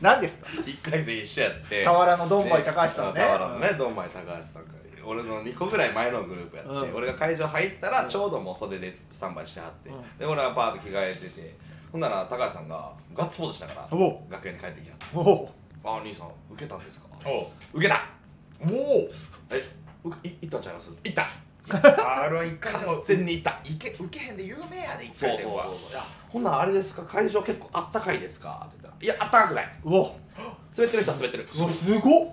[SPEAKER 1] 何ですか
[SPEAKER 3] 一回戦一緒やって
[SPEAKER 1] 俵のドンマイ高橋さんね
[SPEAKER 3] で俵のねドンマイ高橋さんが俺の2個ぐらい前のグループやって、
[SPEAKER 1] うん
[SPEAKER 3] 俺が会場入ったらちょうどもう袖でスタンバイしてはって、
[SPEAKER 1] うん
[SPEAKER 3] で俺はパーッと着替えててほんなら高橋さんがガッツポーズしたから
[SPEAKER 1] おう
[SPEAKER 3] 楽屋に帰ってきた
[SPEAKER 1] おお
[SPEAKER 3] 「ああ兄さん受けたんですか?」
[SPEAKER 2] おう
[SPEAKER 3] 受けた
[SPEAKER 1] おお
[SPEAKER 3] え受けいいったんちゃいますいった
[SPEAKER 2] r 1回戦
[SPEAKER 3] 完全にいった
[SPEAKER 2] いけ受けへんで有名やで一
[SPEAKER 3] そう
[SPEAKER 2] 回
[SPEAKER 3] そう
[SPEAKER 2] 戦
[SPEAKER 3] そう
[SPEAKER 2] は
[SPEAKER 3] そういやほんならあれですか会場結構あったかいですか?」って言ったら「いやあったかくないう
[SPEAKER 1] お
[SPEAKER 3] 滑ってる人は滑ってる」
[SPEAKER 1] うわすごっ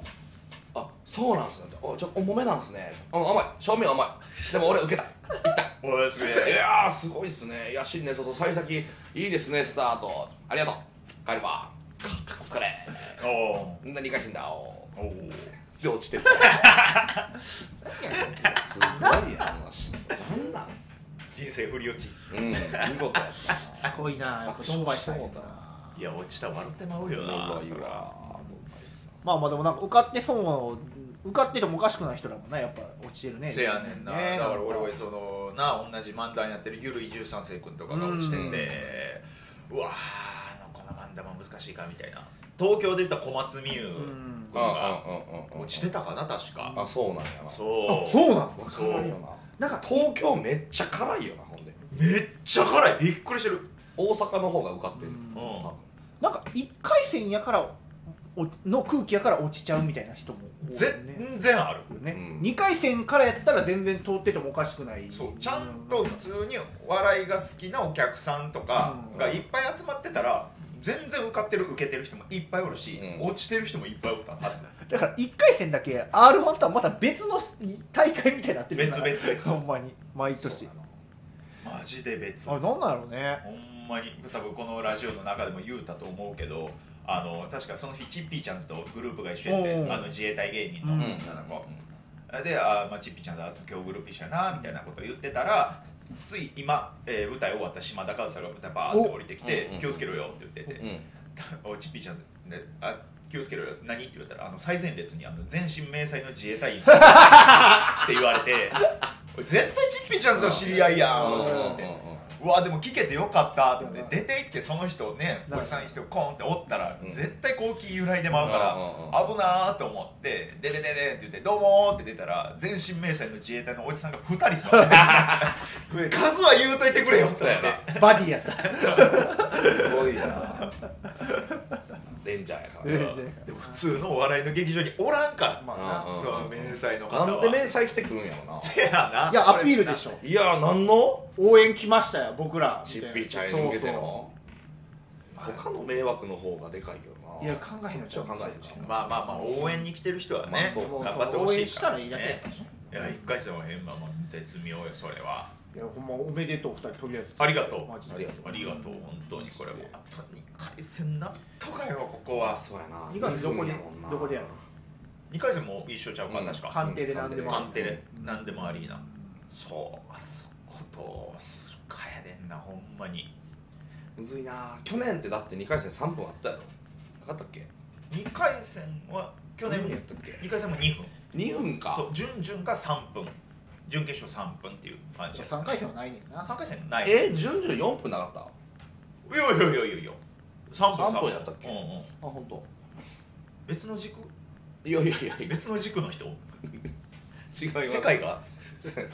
[SPEAKER 3] あそうなんすねあじゃあ重めなんすねうん甘い正面甘いでも俺受けたいった
[SPEAKER 2] おいすげ
[SPEAKER 3] い
[SPEAKER 2] え
[SPEAKER 3] やーすごいっすねいや新年早々幸先いいですねスタートありがとう帰ればお疲れ
[SPEAKER 2] おお
[SPEAKER 3] んな2回戦だお
[SPEAKER 2] おう
[SPEAKER 3] で落ちてるすごいやんなんなん
[SPEAKER 2] 人生振り落ち
[SPEAKER 3] うん見事 やっ
[SPEAKER 1] すごいなやっぱドンマイさんやない
[SPEAKER 2] や落ちたら笑ってまうよ
[SPEAKER 3] た
[SPEAKER 2] な
[SPEAKER 3] なおもろい
[SPEAKER 2] そら
[SPEAKER 3] わおもろいっす
[SPEAKER 1] まあまあでもなんか受かってそうなの受かっててもおかしくない人らもねやっぱ落ちてるね
[SPEAKER 2] せやねんな、
[SPEAKER 1] ね
[SPEAKER 2] だから俺
[SPEAKER 1] なん
[SPEAKER 2] はそのな同じ漫談やってるゆるい13世君とかが落ちててうわーこの漫談も難しいかみたいな東京で言ったら小松美優
[SPEAKER 1] ん
[SPEAKER 2] 君が
[SPEAKER 3] うんうんうんうん
[SPEAKER 2] 落ちてたかな確か
[SPEAKER 3] あそうなんやな
[SPEAKER 1] あ
[SPEAKER 2] そう
[SPEAKER 1] そうなの
[SPEAKER 3] わからんよな
[SPEAKER 1] なんか
[SPEAKER 3] 東京めっちゃ辛いよなほんで
[SPEAKER 2] めっちゃ辛いびっくりしてる
[SPEAKER 3] 大阪の方が受かってる
[SPEAKER 1] うん
[SPEAKER 3] 多分
[SPEAKER 1] なんか1回戦やからおの空気やから落ちちゃうみたいな人も多いよね
[SPEAKER 2] 全然ある
[SPEAKER 1] ね、
[SPEAKER 3] うん
[SPEAKER 1] 2回戦からやったら全然通っててもおかしくない
[SPEAKER 2] そうちゃんと普通に笑いが好きなお客さんとかがいっぱい集まってたら全然受かってる受けてる人もいっぱいおるし、
[SPEAKER 3] うん
[SPEAKER 2] 落ちてる人もいっぱいおったは ず
[SPEAKER 1] だから1回戦だけ r 1とはまた別の大会みたいになってるから
[SPEAKER 2] 別々別
[SPEAKER 1] ほんまに毎年
[SPEAKER 2] マジで別
[SPEAKER 1] あれなんなんやろうね
[SPEAKER 2] ほんまに多分このラジオの中でも言うたと思うけどあの確かその日チッピーちゃんとグループが一緒やって
[SPEAKER 1] おう
[SPEAKER 2] あの自衛隊芸人
[SPEAKER 1] う
[SPEAKER 2] の
[SPEAKER 1] ん
[SPEAKER 2] 女の子、であ、まあ、チッピーちゃんと今日グループ一緒やなみたいなことを言ってたらつい今、えー舞台終わった島田和沙が舞台バーって降りてきて
[SPEAKER 3] おうんうん
[SPEAKER 2] 気をつけろよって言ってて
[SPEAKER 3] うん
[SPEAKER 2] おチッピーちゃんであ気をつけろよ何って言われたらあの最前列にあの全身迷彩の自衛 隊員って言われて絶対チッピーちゃんと知り合いやんって言ってうわでも聞けてよかったって思って出て行ってその人をね
[SPEAKER 1] なるほ
[SPEAKER 2] お
[SPEAKER 1] ど
[SPEAKER 2] じさんにしてコーンっておったら
[SPEAKER 3] うん
[SPEAKER 2] 絶対高気揺らいでまう
[SPEAKER 3] うんうん
[SPEAKER 2] から
[SPEAKER 3] うん
[SPEAKER 2] 危なーって思って「でででで」って言って「どうも」って出たら全身迷彩の自衛隊のおじさんが2人座 って て数は言うといてくれよって
[SPEAKER 3] そう
[SPEAKER 2] 言
[SPEAKER 3] や
[SPEAKER 2] って
[SPEAKER 3] な
[SPEAKER 1] バディやった
[SPEAKER 3] すごいなレンジャーやから
[SPEAKER 1] 全然
[SPEAKER 2] でも普通のお笑いの劇場におらんから
[SPEAKER 1] ま
[SPEAKER 3] うんうん
[SPEAKER 1] あ
[SPEAKER 2] その迷彩の方
[SPEAKER 3] な
[SPEAKER 2] は
[SPEAKER 3] なんで迷彩来てくるんやろな
[SPEAKER 2] せやない
[SPEAKER 1] ないやアピールでしょ
[SPEAKER 3] いやーなんの
[SPEAKER 1] 応援来ましたよ僕ら
[SPEAKER 3] ちっぴーちゃんに向けての
[SPEAKER 2] ま
[SPEAKER 3] 他の迷惑の方がでかいよない
[SPEAKER 1] や考えへんのちゃう
[SPEAKER 3] 考えへんか
[SPEAKER 2] まあまあまあ応援に来てる人は
[SPEAKER 3] まあ
[SPEAKER 2] ね、
[SPEAKER 3] そう
[SPEAKER 2] 頑張ってほしいから、ね、
[SPEAKER 1] 応援したらいいだけやからね
[SPEAKER 2] いや一回戦は変なまあ絶妙よそれはい
[SPEAKER 1] やほんまおめでとう二人とりあえず
[SPEAKER 2] ありがとう
[SPEAKER 1] マジ
[SPEAKER 3] あり
[SPEAKER 1] で
[SPEAKER 3] がと
[SPEAKER 2] ありがとう本当にこれもあと2回戦なんとかよここは
[SPEAKER 3] そうやな
[SPEAKER 1] 二月どこに
[SPEAKER 3] やもんな
[SPEAKER 1] どこでやる
[SPEAKER 2] 2回戦も一緒ちゃうか、
[SPEAKER 3] うん
[SPEAKER 2] 確か
[SPEAKER 1] 鑑定で何でも
[SPEAKER 2] カ
[SPEAKER 1] あ
[SPEAKER 2] ン
[SPEAKER 1] る
[SPEAKER 2] テレ、なんでもアリーナそうあそことするかやでんなほんまに
[SPEAKER 3] むずいな去年ってだって2回戦3分あったやろなかったっけ
[SPEAKER 2] 2回戦は去年
[SPEAKER 3] 二分
[SPEAKER 2] も
[SPEAKER 3] やったっけ
[SPEAKER 2] 2回戦も2分
[SPEAKER 3] 2分
[SPEAKER 2] そ
[SPEAKER 3] か
[SPEAKER 2] う準々が3分準決勝3分っていう感じ
[SPEAKER 1] 3回戦はないねんな
[SPEAKER 2] 3回戦ないいやい
[SPEAKER 3] え順々4分なかった
[SPEAKER 2] やいやいやいや3分
[SPEAKER 3] 三分やったっけ
[SPEAKER 2] うんうん、
[SPEAKER 3] あ本当。
[SPEAKER 2] 別の軸
[SPEAKER 3] いやいやいやいや
[SPEAKER 2] 別の軸の人
[SPEAKER 3] 違います
[SPEAKER 2] 世界が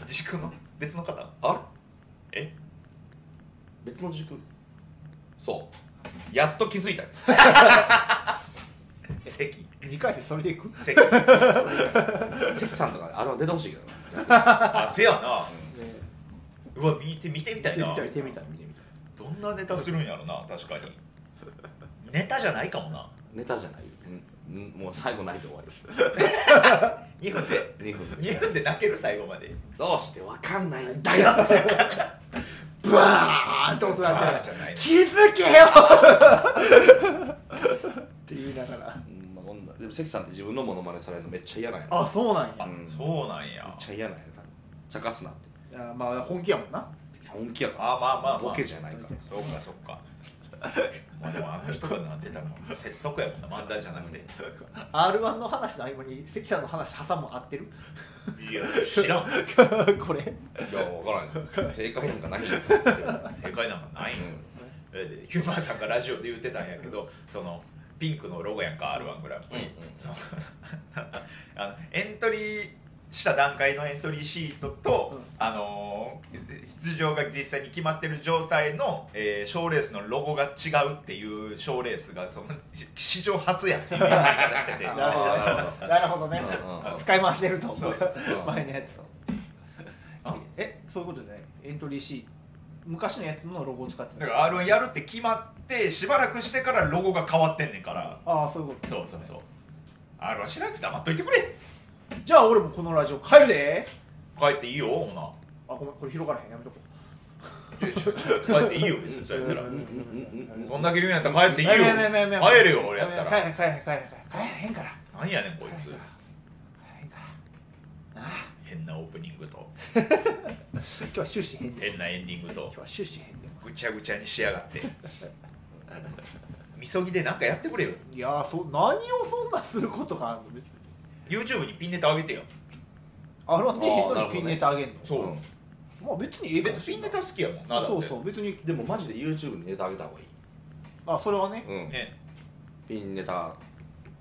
[SPEAKER 2] 軸の別の方
[SPEAKER 3] あ
[SPEAKER 2] え
[SPEAKER 3] 別の軸そうやっと気づいた
[SPEAKER 2] 席
[SPEAKER 1] 2回戦それでいく
[SPEAKER 2] 席
[SPEAKER 3] 関さんとかあれは出てほしいけどな
[SPEAKER 2] あせやなうわ見て見てみたいな
[SPEAKER 1] 見てみ
[SPEAKER 3] 見てみたい見てみたい
[SPEAKER 2] どんなネタするんやろな確か にネタじゃないかもな
[SPEAKER 3] ネタじゃないんんもう最後ないで終わ
[SPEAKER 2] 2分で
[SPEAKER 3] り2分
[SPEAKER 2] 2分で泣ける最後まで
[SPEAKER 3] どうしてわかんないんだよ
[SPEAKER 1] ブワーンって音が鳴
[SPEAKER 2] あ
[SPEAKER 1] っ
[SPEAKER 2] ーじ
[SPEAKER 1] て
[SPEAKER 2] ゃない
[SPEAKER 1] 気づけよって言いながら
[SPEAKER 3] うんまあこんなでも関さんって自分のモノマネされるのめっちゃ嫌なんや
[SPEAKER 1] あそうなん
[SPEAKER 2] あ
[SPEAKER 1] や
[SPEAKER 3] うん
[SPEAKER 2] そうなん
[SPEAKER 3] めっ
[SPEAKER 2] や
[SPEAKER 3] ちゃ嫌なんや多分茶化すなって
[SPEAKER 1] いやまあ本気やもんな
[SPEAKER 3] 本気やから
[SPEAKER 2] あまあまあまあ
[SPEAKER 3] ボケじゃないから
[SPEAKER 2] そうかそうかまあでもあの人がなってたの説得やもんな漫才じゃなくて
[SPEAKER 1] r 1の話の合間に関さんの話挟む合ってる
[SPEAKER 2] いや知らん
[SPEAKER 1] これ
[SPEAKER 3] いや分からん正解なんかないよ
[SPEAKER 2] 正解なんかないんよえヒューマンさんがラジオで言ってたんやけどそのピンクのロゴやんか r 1グランプリ、
[SPEAKER 3] うんうん
[SPEAKER 2] その あのエントリーした段階のエントリーシートと、
[SPEAKER 1] うん
[SPEAKER 2] あのー出場が実際に決まってる状態の賞、えー、賞レースのロゴが違うっていう賞レースがそのし史上初やっていう言い方してて
[SPEAKER 1] なるほどなるほどね
[SPEAKER 3] うんうんうん
[SPEAKER 1] 使い回してると思
[SPEAKER 2] そう
[SPEAKER 1] う
[SPEAKER 2] そう
[SPEAKER 3] そう
[SPEAKER 1] 前のやつを
[SPEAKER 2] あ
[SPEAKER 1] えそういうことじゃないエントリー C 昔のやつのロゴを使って
[SPEAKER 2] だ
[SPEAKER 1] た
[SPEAKER 2] から r 1やるって決まってしばらくしてからロゴが変わってんねんから、
[SPEAKER 1] ああそういうこと
[SPEAKER 2] そうそうそう r 1知らんやつ黙っといてくれ
[SPEAKER 1] じゃあ俺もこのラジオ帰るで
[SPEAKER 2] 帰っていいよほな
[SPEAKER 1] あごめんこれ広がらへんやめとこ
[SPEAKER 2] 帰っていいよ別にそうやったら
[SPEAKER 1] うん
[SPEAKER 3] うんうんうん
[SPEAKER 2] そんだけ言うんやったら帰って
[SPEAKER 1] う
[SPEAKER 2] いい
[SPEAKER 1] い
[SPEAKER 2] よ
[SPEAKER 1] やいやいやいや
[SPEAKER 2] 帰れよ俺やった
[SPEAKER 1] 帰れ
[SPEAKER 2] ら
[SPEAKER 1] へん帰れへん帰れへん帰れへんから
[SPEAKER 2] なんやねんこいつ
[SPEAKER 1] 帰れへんから帰れへんから
[SPEAKER 2] 変なオープニングと
[SPEAKER 1] 今日は終始変です
[SPEAKER 2] 変なエンディングと
[SPEAKER 1] 今日は終始変で
[SPEAKER 2] ぐちゃぐちゃにしやがってみそぎでなんかやってくれよ
[SPEAKER 1] いやーそ何をそんなすることがあるの別に
[SPEAKER 2] YouTube にピンネタあげてよ
[SPEAKER 1] あれはね
[SPEAKER 3] あ
[SPEAKER 1] 変
[SPEAKER 3] ー
[SPEAKER 1] な
[SPEAKER 3] なる
[SPEAKER 1] のに
[SPEAKER 3] ほどね
[SPEAKER 1] ピンネタあげんの
[SPEAKER 2] そう、
[SPEAKER 3] うん
[SPEAKER 1] まあ別にええかも
[SPEAKER 2] 別に
[SPEAKER 1] し
[SPEAKER 2] ピ
[SPEAKER 1] れ
[SPEAKER 2] ン
[SPEAKER 1] な
[SPEAKER 2] ネ
[SPEAKER 1] い
[SPEAKER 2] タ好きやもんなだ
[SPEAKER 1] あ
[SPEAKER 2] って
[SPEAKER 1] そうそう別に
[SPEAKER 3] でもマジで YouTube にネタあげた方がいい
[SPEAKER 1] あそれはね
[SPEAKER 3] うん
[SPEAKER 2] ね
[SPEAKER 3] ピンネタ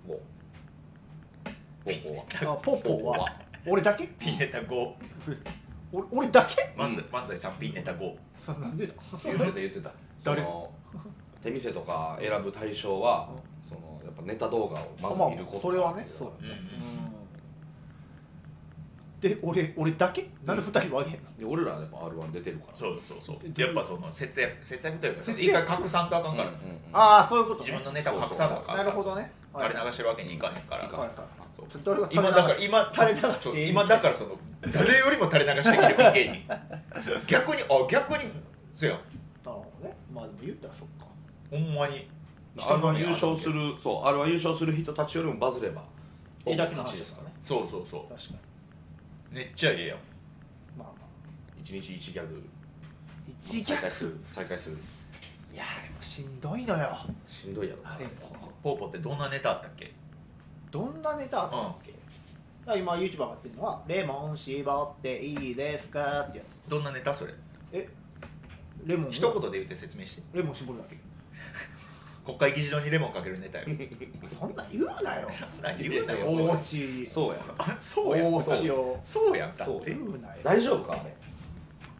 [SPEAKER 3] 5ポンポンは
[SPEAKER 1] あポッポ は俺だけ
[SPEAKER 2] ピンネタ5
[SPEAKER 1] 俺俺だけ
[SPEAKER 2] 漫才漫才さんピンネタ5
[SPEAKER 1] そなんでだ
[SPEAKER 3] 言ってた言ってた
[SPEAKER 1] 誰
[SPEAKER 3] その手店とか選ぶ対象はそのやっぱネタ動画をまず見ること
[SPEAKER 1] それはねそう
[SPEAKER 2] う
[SPEAKER 1] だ
[SPEAKER 2] んう
[SPEAKER 1] ね、
[SPEAKER 2] ん
[SPEAKER 1] で俺俺だけなんで2人はあげへんの、
[SPEAKER 3] で俺らやっぱ r 1出てるから
[SPEAKER 2] そうそうそうやっぱその節約節約というか
[SPEAKER 1] 節約
[SPEAKER 2] 一回拡散とあかんから、
[SPEAKER 3] うんうんうん
[SPEAKER 1] ああそういうこと
[SPEAKER 2] 自
[SPEAKER 1] ね
[SPEAKER 2] 分のネタを拡散とかん
[SPEAKER 1] なるほどね
[SPEAKER 2] 垂
[SPEAKER 1] はい
[SPEAKER 2] れ流してるわけにいかへんから、
[SPEAKER 1] はいはい
[SPEAKER 2] そう
[SPEAKER 1] ちょどれが垂
[SPEAKER 2] 今
[SPEAKER 1] れ
[SPEAKER 2] だ
[SPEAKER 1] 流
[SPEAKER 2] から
[SPEAKER 1] し
[SPEAKER 2] 今
[SPEAKER 1] 垂れ流していい
[SPEAKER 2] 今だからその誰よりも垂れ流してきてる芸人逆にあ逆にそうやん
[SPEAKER 1] なるほどねまあでも言ったらそっか
[SPEAKER 2] ほんまに
[SPEAKER 3] R1 優勝するそう R1 優勝する人たちよりもバズれば
[SPEAKER 1] えだけの
[SPEAKER 3] 勝
[SPEAKER 1] 話
[SPEAKER 3] ち
[SPEAKER 1] で
[SPEAKER 3] ですす
[SPEAKER 1] か
[SPEAKER 3] からら
[SPEAKER 1] ね
[SPEAKER 3] ね
[SPEAKER 2] そうそうそ
[SPEAKER 1] 確かに
[SPEAKER 2] うめっちゃええやん
[SPEAKER 1] まあまあ
[SPEAKER 3] 一日一ギャグ
[SPEAKER 1] 一
[SPEAKER 3] 再
[SPEAKER 1] 逆
[SPEAKER 3] 開する再開する
[SPEAKER 1] いやあれもしんどいのよ
[SPEAKER 3] しんどいやろな
[SPEAKER 1] あれも
[SPEAKER 2] ポーポーってどんなネタあったっけ
[SPEAKER 1] どんなネタあったっけ、だから今 YouTube 上がってるのは「レモン絞っていいですか?」ってやつ
[SPEAKER 2] どんなネタそれ
[SPEAKER 1] えレモンを
[SPEAKER 2] 一言で言って説明して
[SPEAKER 1] レモン絞るだけ
[SPEAKER 2] 国会議事堂にレモンかけるネタや
[SPEAKER 1] そんなん言うなよ
[SPEAKER 2] 言うなよ
[SPEAKER 1] おうち
[SPEAKER 3] そうや
[SPEAKER 2] あそうやん
[SPEAKER 1] おう
[SPEAKER 2] そう
[SPEAKER 1] ちを
[SPEAKER 2] そうやんだ
[SPEAKER 3] そう
[SPEAKER 2] って
[SPEAKER 1] 言うなよ
[SPEAKER 3] 大丈夫かあれ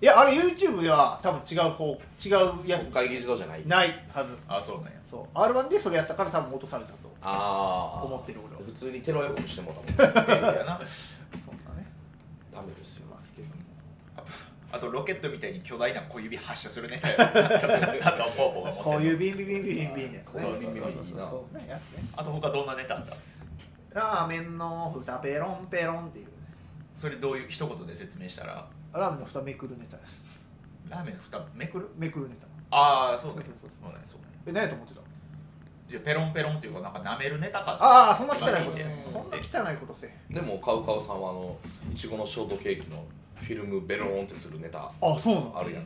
[SPEAKER 1] いやあれ YouTube では多分違う方違うや
[SPEAKER 3] 国会議事堂じゃない
[SPEAKER 1] つないはず
[SPEAKER 2] あそうなんや
[SPEAKER 1] そう R1 でそれやったから多分落とされたと
[SPEAKER 3] ああ
[SPEAKER 1] 思ってる俺は
[SPEAKER 3] 普通にテロ予告してもうたも
[SPEAKER 2] やな
[SPEAKER 3] ん
[SPEAKER 1] そんなね
[SPEAKER 3] ダメですよ
[SPEAKER 1] ますけども
[SPEAKER 2] あとあとロケットみたいに巨大な小指発射するネタやなあとはポーポーが持ってる
[SPEAKER 1] こういうビンビンビンビンビンのやつね
[SPEAKER 3] そう
[SPEAKER 1] ビ
[SPEAKER 3] そ
[SPEAKER 1] ン
[SPEAKER 3] う
[SPEAKER 1] ビンビンビ
[SPEAKER 3] そう
[SPEAKER 1] ン
[SPEAKER 3] そう
[SPEAKER 1] そうなやつね
[SPEAKER 2] あと他どんなネタあった
[SPEAKER 1] ラーメンの蓋ペロンペロンっていうね
[SPEAKER 2] それどういう一言で説明したら
[SPEAKER 1] ラーメンの蓋めくるネタです
[SPEAKER 2] ラーメン蓋めくる
[SPEAKER 1] めくるネタ
[SPEAKER 2] ああそうだね
[SPEAKER 1] そうそうそう
[SPEAKER 2] そうだねそうだね
[SPEAKER 1] え何やと思ってた
[SPEAKER 2] いやペロンペロンっていうかなんか舐めるネタか
[SPEAKER 1] ああそんな汚いことせ
[SPEAKER 2] うん
[SPEAKER 1] んそんな汚いことせん
[SPEAKER 3] でもカウカウさんはあのいちごのショートケーキのフィルムベローンってするネタ
[SPEAKER 1] あそうな
[SPEAKER 3] あるやん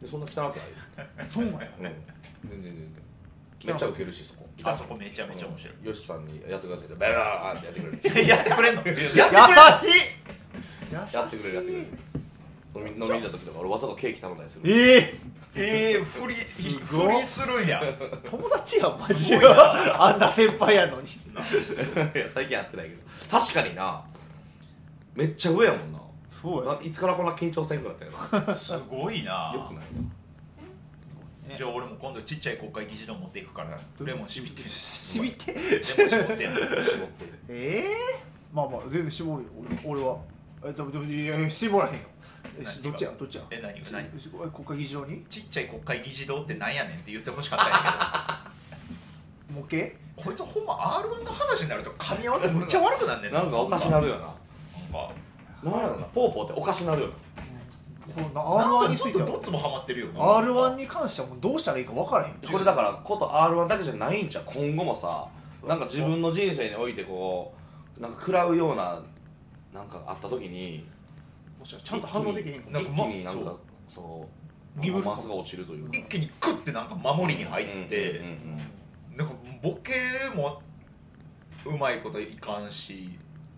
[SPEAKER 3] でそんな汚くない
[SPEAKER 1] のそうなの
[SPEAKER 3] よ、うん、全然全然めっちゃウケるしそこ
[SPEAKER 2] あそこめちゃめちゃ面白い
[SPEAKER 3] よしさんにやってくださいってベローンってやってくれる
[SPEAKER 2] やってくれんのやってくれ
[SPEAKER 1] や
[SPEAKER 2] んの
[SPEAKER 1] しい
[SPEAKER 3] やってくれるやってくれる飲み飲みに行った時とか俺わざとケーキ頼んだりする
[SPEAKER 1] ええ
[SPEAKER 2] えー、ふり
[SPEAKER 1] すご
[SPEAKER 2] ふ
[SPEAKER 1] い
[SPEAKER 2] りするんや
[SPEAKER 1] 友達やんマジ
[SPEAKER 2] す
[SPEAKER 1] で
[SPEAKER 2] ごい
[SPEAKER 1] あんな先輩やのに
[SPEAKER 3] いや最近会ってないけど確かになめっちゃ上やもんな
[SPEAKER 1] そう
[SPEAKER 3] ないつからこんな緊張せんくなったんやろ
[SPEAKER 2] すごいな
[SPEAKER 3] よくない
[SPEAKER 1] ね
[SPEAKER 2] じゃあ俺も今度ちっちゃい国会議事堂持っていくからレモンし みってるし
[SPEAKER 1] しみて
[SPEAKER 2] レモン絞ってやる
[SPEAKER 3] 絞ってる
[SPEAKER 1] ええまあまあ全然絞るよ俺俺はえでもでもいやいや絞らへんよえしどっちやどっちや
[SPEAKER 2] え何何
[SPEAKER 1] しえ国会議事堂に
[SPEAKER 2] ちっちゃい国会議事堂ってなんやねんって言ってほしかったんや
[SPEAKER 1] 模型
[SPEAKER 2] けどこいつほんま r 1の話になると噛み合わせむっちゃ悪くなんねん
[SPEAKER 3] なんかおかし
[SPEAKER 2] な
[SPEAKER 3] なんるよな
[SPEAKER 2] か
[SPEAKER 3] なんやろなポーポーっておかしなるよな
[SPEAKER 1] この
[SPEAKER 2] なん
[SPEAKER 1] R1
[SPEAKER 2] か
[SPEAKER 1] に
[SPEAKER 2] ち
[SPEAKER 1] つ
[SPEAKER 2] ょっ
[SPEAKER 1] いて
[SPEAKER 2] とど
[SPEAKER 1] は
[SPEAKER 2] っちもハマってるよな
[SPEAKER 1] R1 に関してはもうどうしたらいいか分からへん
[SPEAKER 3] これだからこと r 1だけじゃないんちゃう今後もさなんか自分の人生においてこうなんか食らうようななんかあった時に
[SPEAKER 1] もしかしたらちゃんと反応できへんかも
[SPEAKER 2] な
[SPEAKER 3] 一
[SPEAKER 2] ん
[SPEAKER 3] 気
[SPEAKER 2] かま
[SPEAKER 3] になん
[SPEAKER 2] そ
[SPEAKER 3] か
[SPEAKER 2] う
[SPEAKER 3] そう
[SPEAKER 1] ギブ
[SPEAKER 3] パフォーマンスが落ちるというか
[SPEAKER 2] 一気にクッてなんか守りに入って、
[SPEAKER 3] うんうんうん
[SPEAKER 2] なんかボケもうまいこといかんし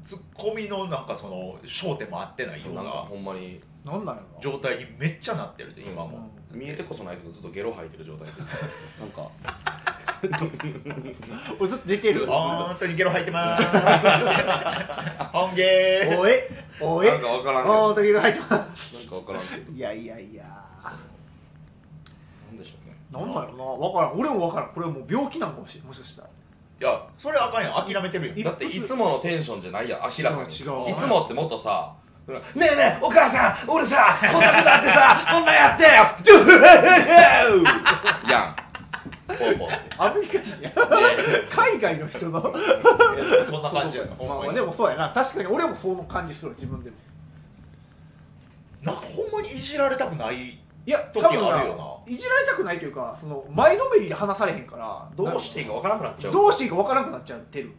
[SPEAKER 2] ツッコミのなんかその焦点も合ってないよ
[SPEAKER 3] そう
[SPEAKER 2] う
[SPEAKER 3] なんか
[SPEAKER 2] な
[SPEAKER 3] ほんまに
[SPEAKER 1] なんなんやろな
[SPEAKER 2] 状態にめっちゃなってるで今
[SPEAKER 1] う
[SPEAKER 2] も
[SPEAKER 1] ん、
[SPEAKER 3] 見えてこそないけどずっとゲロ吐いてる状態で なんか
[SPEAKER 1] 俺ずっと出てる
[SPEAKER 2] 本当にゲロ吐いてます本芸
[SPEAKER 1] おえおえ
[SPEAKER 3] なんかわからんけど
[SPEAKER 1] おー時々入ってま
[SPEAKER 3] なんかわからんけど
[SPEAKER 1] すいやいやいや
[SPEAKER 3] なんでしょうね
[SPEAKER 1] なんだろうな分からん俺も分からんこれもう病気なのかもしれんもしかしたら
[SPEAKER 2] いやそれあかんやん諦めてるやん
[SPEAKER 1] 一
[SPEAKER 3] だっていつものテンションじゃないやん明らかに
[SPEAKER 1] 違う違う
[SPEAKER 3] いつもってもっとさ「ねえねえお母さん俺さこんなことあって さこんなんやってドゥフフフフ」やんポーポーって
[SPEAKER 1] アメリカ人や海外の人の
[SPEAKER 2] いやそんな感じやんほん
[SPEAKER 1] まあ
[SPEAKER 2] ま
[SPEAKER 1] まあ
[SPEAKER 2] に
[SPEAKER 1] でもそうやな確かに俺もその感じする自分でも
[SPEAKER 2] なんかほんまにいじられたくない
[SPEAKER 1] いや
[SPEAKER 2] 時
[SPEAKER 1] 多
[SPEAKER 2] あ
[SPEAKER 1] 分
[SPEAKER 2] るよ
[SPEAKER 1] な
[SPEAKER 2] ない
[SPEAKER 1] じられたくないというかその前のめりで話されへんから
[SPEAKER 3] どうしていいかわからなくなっちゃう
[SPEAKER 1] どうしていいか分からなくなっちゃってるっ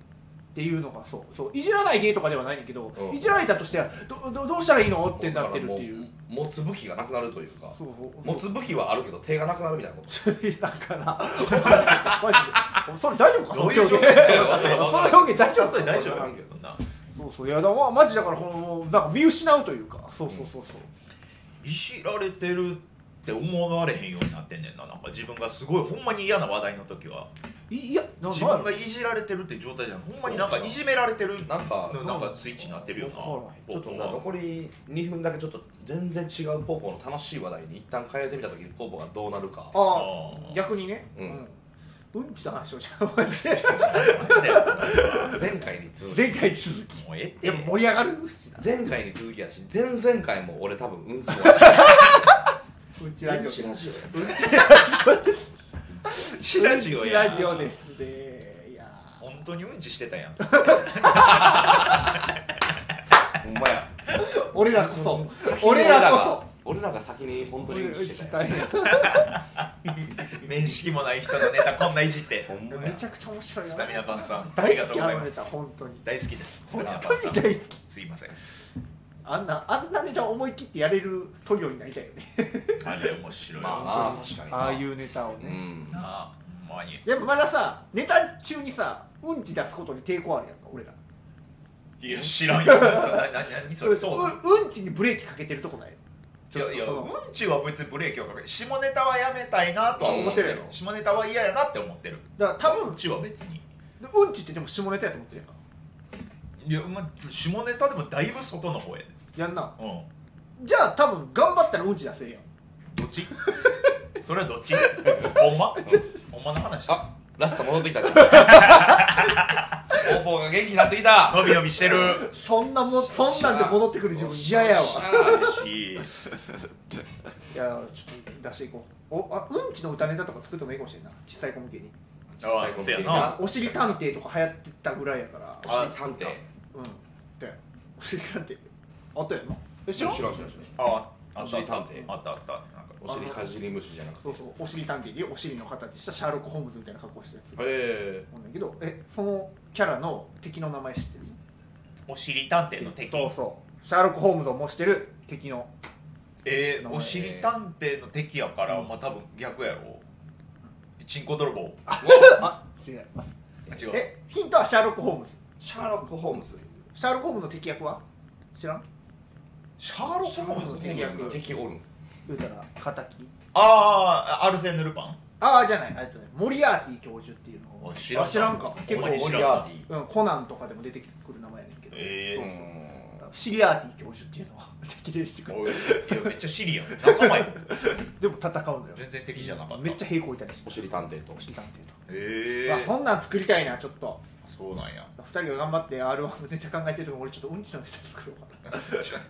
[SPEAKER 1] ていうのがそうそういじらないでとかではないんだけど、
[SPEAKER 3] うん
[SPEAKER 1] いじられたとしてはどどどうしたらいいのって
[SPEAKER 3] だ
[SPEAKER 1] な
[SPEAKER 3] か
[SPEAKER 1] って
[SPEAKER 3] ら
[SPEAKER 1] る
[SPEAKER 3] も
[SPEAKER 1] っていう
[SPEAKER 3] 持つ武器がなくなるというか
[SPEAKER 1] そうそう
[SPEAKER 3] 持つ武器はあるけど手がなくなるみたいなこと
[SPEAKER 1] だから、マジでそれ大丈夫か、そ
[SPEAKER 2] ど
[SPEAKER 1] の
[SPEAKER 2] ういう
[SPEAKER 1] 表
[SPEAKER 2] 表
[SPEAKER 1] 現。そ
[SPEAKER 2] 現それわかんない
[SPEAKER 1] の表現大丈
[SPEAKER 2] 本当
[SPEAKER 1] 夫か
[SPEAKER 2] に大丈夫やけどな
[SPEAKER 1] そうそう、いや、だからマジだから、この、なんか見失うというか、そうそうそうそ
[SPEAKER 2] いじられてるって思われへんようになってんねんななんか自分がすごいほんまに嫌な話題の時は
[SPEAKER 1] う。いいや、な
[SPEAKER 2] 自分がいじられてるって状態じゃんほんまになんかいじめられてる
[SPEAKER 3] なんか
[SPEAKER 2] のなんかスイッチになってるよな
[SPEAKER 1] わからへん
[SPEAKER 3] ちょっと
[SPEAKER 2] 僕
[SPEAKER 3] な
[SPEAKER 2] は
[SPEAKER 3] 残り2分だけちょっと全然違うポーポーの楽しい話題に一旦変えてみた時にポーポーがどうなるか
[SPEAKER 1] ああ、
[SPEAKER 2] ー
[SPEAKER 1] 逆にね、
[SPEAKER 3] う
[SPEAKER 1] うんん、うんちの話をじゃ、マジで。
[SPEAKER 2] なんだよ
[SPEAKER 3] 前回に続き
[SPEAKER 1] 前回に続き、
[SPEAKER 2] もうええって
[SPEAKER 1] やっぱ盛り上がるしな。
[SPEAKER 3] 前回に続きやし前々回も俺多分うんちの
[SPEAKER 1] うんちラジオです。
[SPEAKER 2] チ
[SPEAKER 3] ジ
[SPEAKER 2] ラジオ
[SPEAKER 1] うんち
[SPEAKER 2] や
[SPEAKER 1] ラジオですで、いや
[SPEAKER 2] 本当にうんちしてたやん
[SPEAKER 3] オほんまや
[SPEAKER 1] ー、俺らこそ、俺らこ
[SPEAKER 3] 俺らが先に本
[SPEAKER 1] そ。
[SPEAKER 3] 当に
[SPEAKER 1] 俺ら
[SPEAKER 3] うん
[SPEAKER 1] うん
[SPEAKER 3] ち
[SPEAKER 1] ち
[SPEAKER 3] してた
[SPEAKER 1] 大変
[SPEAKER 2] 面識もない人のネタこんないじって
[SPEAKER 3] ほんま
[SPEAKER 1] め
[SPEAKER 3] や
[SPEAKER 1] ちゃくちゃ面白い
[SPEAKER 2] ス
[SPEAKER 1] な
[SPEAKER 2] タミナパンさんあ
[SPEAKER 1] 大
[SPEAKER 2] りが
[SPEAKER 1] 好
[SPEAKER 2] とう
[SPEAKER 1] きあ
[SPEAKER 2] ござい
[SPEAKER 1] の
[SPEAKER 2] ま
[SPEAKER 1] ネ
[SPEAKER 2] す
[SPEAKER 1] タ本当に
[SPEAKER 2] 大好きですスタ
[SPEAKER 1] 本
[SPEAKER 2] ミナパン
[SPEAKER 1] 当
[SPEAKER 2] さん
[SPEAKER 1] に大好き
[SPEAKER 2] すいません
[SPEAKER 1] あんなあんなネタ思い切ってやれるトリオになりたいよね
[SPEAKER 2] あれ面白いよ
[SPEAKER 3] まあな確かにな
[SPEAKER 1] ああいうネタを
[SPEAKER 3] う
[SPEAKER 1] ね、
[SPEAKER 3] ん
[SPEAKER 2] なあほんまに
[SPEAKER 1] やっぱまださネタ中にさうんち出すことに抵抗あるやんか俺ら
[SPEAKER 2] いや知らんよななな何それそう
[SPEAKER 1] ううんちにブレーキかけてるとこない
[SPEAKER 2] いやいや
[SPEAKER 1] そ
[SPEAKER 2] うん
[SPEAKER 1] の
[SPEAKER 2] ちは別にブレーキをかけて下ネタはやめたいなとは思ってるやろ
[SPEAKER 3] うん
[SPEAKER 2] 下ネタは嫌やなって思ってる
[SPEAKER 1] だから多
[SPEAKER 2] う
[SPEAKER 1] 分
[SPEAKER 2] んちは別に
[SPEAKER 1] でうんちってでも下ネタやと思ってるやんか
[SPEAKER 2] いや、まあ、下ネタでもだいぶ外の方やで
[SPEAKER 1] やんな
[SPEAKER 2] うん
[SPEAKER 1] じゃあ多分頑張ったらうんち出せるやん
[SPEAKER 2] どっちそれはどっちほんまほんまの話
[SPEAKER 3] あラスト戻ってきたから方法が元気になってきた
[SPEAKER 2] 伸び伸びしてる
[SPEAKER 1] そんなもんそんなんで戻ってくる自分嫌やわ
[SPEAKER 3] 知らないし
[SPEAKER 1] いやちょっと出していこうおあうんちの歌ネタとか作ってもいいかもしれんな小さい子向けに
[SPEAKER 2] あーそうやな
[SPEAKER 1] お尻探偵とか流行ってたぐらいやから
[SPEAKER 3] あ三点
[SPEAKER 1] うんだよお尻探偵あったやんなえ知
[SPEAKER 3] 知ら
[SPEAKER 1] ら
[SPEAKER 3] ん
[SPEAKER 1] ん
[SPEAKER 3] 知らん知らん知
[SPEAKER 2] ああ
[SPEAKER 3] お
[SPEAKER 2] ったあ
[SPEAKER 3] 尻
[SPEAKER 2] った
[SPEAKER 3] 探
[SPEAKER 2] あ
[SPEAKER 3] 偵
[SPEAKER 2] ったあったなんか
[SPEAKER 3] らんお尻かじり虫じゃなくて
[SPEAKER 1] そうそうお尻探偵でお尻の形したシャーロック・ホームズみたいな格好したやつ
[SPEAKER 3] え
[SPEAKER 1] なんだけどえそのキャラの敵の名前知ってる
[SPEAKER 2] お尻探偵の敵
[SPEAKER 1] そうそうシャーロック・ホームズを模してる敵の
[SPEAKER 2] え
[SPEAKER 1] 名
[SPEAKER 2] ー、
[SPEAKER 1] 前
[SPEAKER 2] お尻探偵の敵やから、まあ多分逆やろチンコ泥棒あ
[SPEAKER 1] あ違います
[SPEAKER 2] 違う
[SPEAKER 1] えヒントはシャーロック・ホームズ
[SPEAKER 3] シャーロック・ホームズ
[SPEAKER 1] シャーロック・ホームズの敵役は知らん
[SPEAKER 2] シャーロック・ホームズの敵
[SPEAKER 1] 敵役
[SPEAKER 3] 敵おるん
[SPEAKER 1] 言うたら敵
[SPEAKER 2] ああアルセーヌ・ルパン
[SPEAKER 1] ああじゃないえっとねモリアーティ教授っていうのを
[SPEAKER 2] あ知らん
[SPEAKER 1] あ知らんか結
[SPEAKER 2] ほん
[SPEAKER 1] 構
[SPEAKER 2] まに
[SPEAKER 3] モ
[SPEAKER 2] 知
[SPEAKER 3] リ
[SPEAKER 2] らん
[SPEAKER 3] アーティ
[SPEAKER 1] うん、コナンとかでも出てくる名前やねんけど、
[SPEAKER 2] え
[SPEAKER 1] そう
[SPEAKER 3] う
[SPEAKER 1] そうんシリアーティ教授っていうのは 敵で出てくる
[SPEAKER 2] おいいやめっちゃシリアン仲間や
[SPEAKER 1] でも戦うのよ
[SPEAKER 2] 全然敵じゃなかった
[SPEAKER 1] めっちゃ平行いたりして
[SPEAKER 3] お尻探偵と
[SPEAKER 1] お尻探偵とか、
[SPEAKER 2] ええ
[SPEAKER 1] うわそんなん作りたいなちょっと
[SPEAKER 2] そうなんや
[SPEAKER 1] 2人が頑張って r 1のネタ考えてるとこ俺ちょっとうんちのネタ作ろうか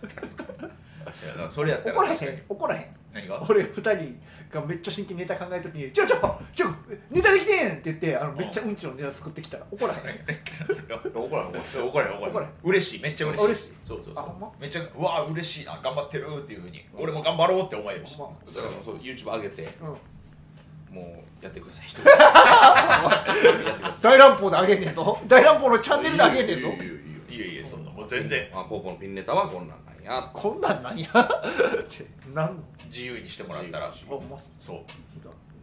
[SPEAKER 2] いやだからそれやっ
[SPEAKER 1] な
[SPEAKER 2] た ら
[SPEAKER 1] 怒ら
[SPEAKER 2] 確か
[SPEAKER 1] へ
[SPEAKER 2] に
[SPEAKER 1] ん怒らへん
[SPEAKER 2] 何が
[SPEAKER 1] 俺2人がめっちゃ真剣にネタ考えた時に「ちょちょちょネタできてん!」って言ってあのめっちゃうんちのネタ作ってきたら怒らへん
[SPEAKER 3] 怒らん怒らん
[SPEAKER 2] 怒れ怒
[SPEAKER 1] 怒
[SPEAKER 2] れ
[SPEAKER 1] れ
[SPEAKER 2] 嬉しいめっちゃ嬉しい
[SPEAKER 1] 嬉しい
[SPEAKER 2] そうそうそ
[SPEAKER 1] あほんま
[SPEAKER 2] うめっちゃうわ嬉しいな頑張ってるっていうふうに俺も頑張ろうって思えるし
[SPEAKER 1] ほんま
[SPEAKER 3] だからそう YouTube 上げて
[SPEAKER 1] うん
[SPEAKER 3] もうやってくださ いやってくださ
[SPEAKER 1] 大乱暴であげんねんぞ大乱暴のチャンネルであげんねんぞ
[SPEAKER 3] いいよいいよいいよ
[SPEAKER 2] いやいやそんなもう全然
[SPEAKER 3] あポーポのピンネタはこんなんなんや
[SPEAKER 1] こんなんなんや ってなんの
[SPEAKER 2] 自由にしてもらったら
[SPEAKER 1] あうま
[SPEAKER 2] そう
[SPEAKER 1] そう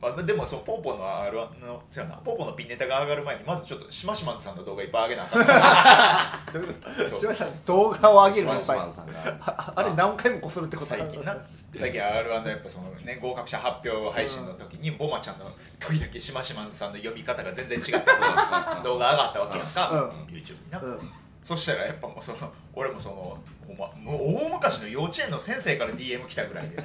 [SPEAKER 2] まあ、でもそうポンポンのあれはあの違うなポンポンのピンネタが上がる前にまずちょっとしましまんさんの動画いっぱい上げなあかん な
[SPEAKER 1] だどういうこと
[SPEAKER 2] そう
[SPEAKER 1] 柴田さん動画を上げるの
[SPEAKER 3] マ
[SPEAKER 1] い
[SPEAKER 3] ン
[SPEAKER 1] っ
[SPEAKER 3] シ
[SPEAKER 1] ぱい
[SPEAKER 3] マンさんが
[SPEAKER 1] ああれ何回もこするってこと
[SPEAKER 2] 最近な最近 R1 のやっぱそのね合格者発表配信の時にボマちゃんの時だけしましまんさんの呼び方が全然違った 動画上がったわけやんか、
[SPEAKER 1] う
[SPEAKER 2] YouTube にな、
[SPEAKER 1] うん
[SPEAKER 2] そしたらやっぱもうその俺もそのほんまもう大昔の幼稚園の先生から DM 来たぐらい で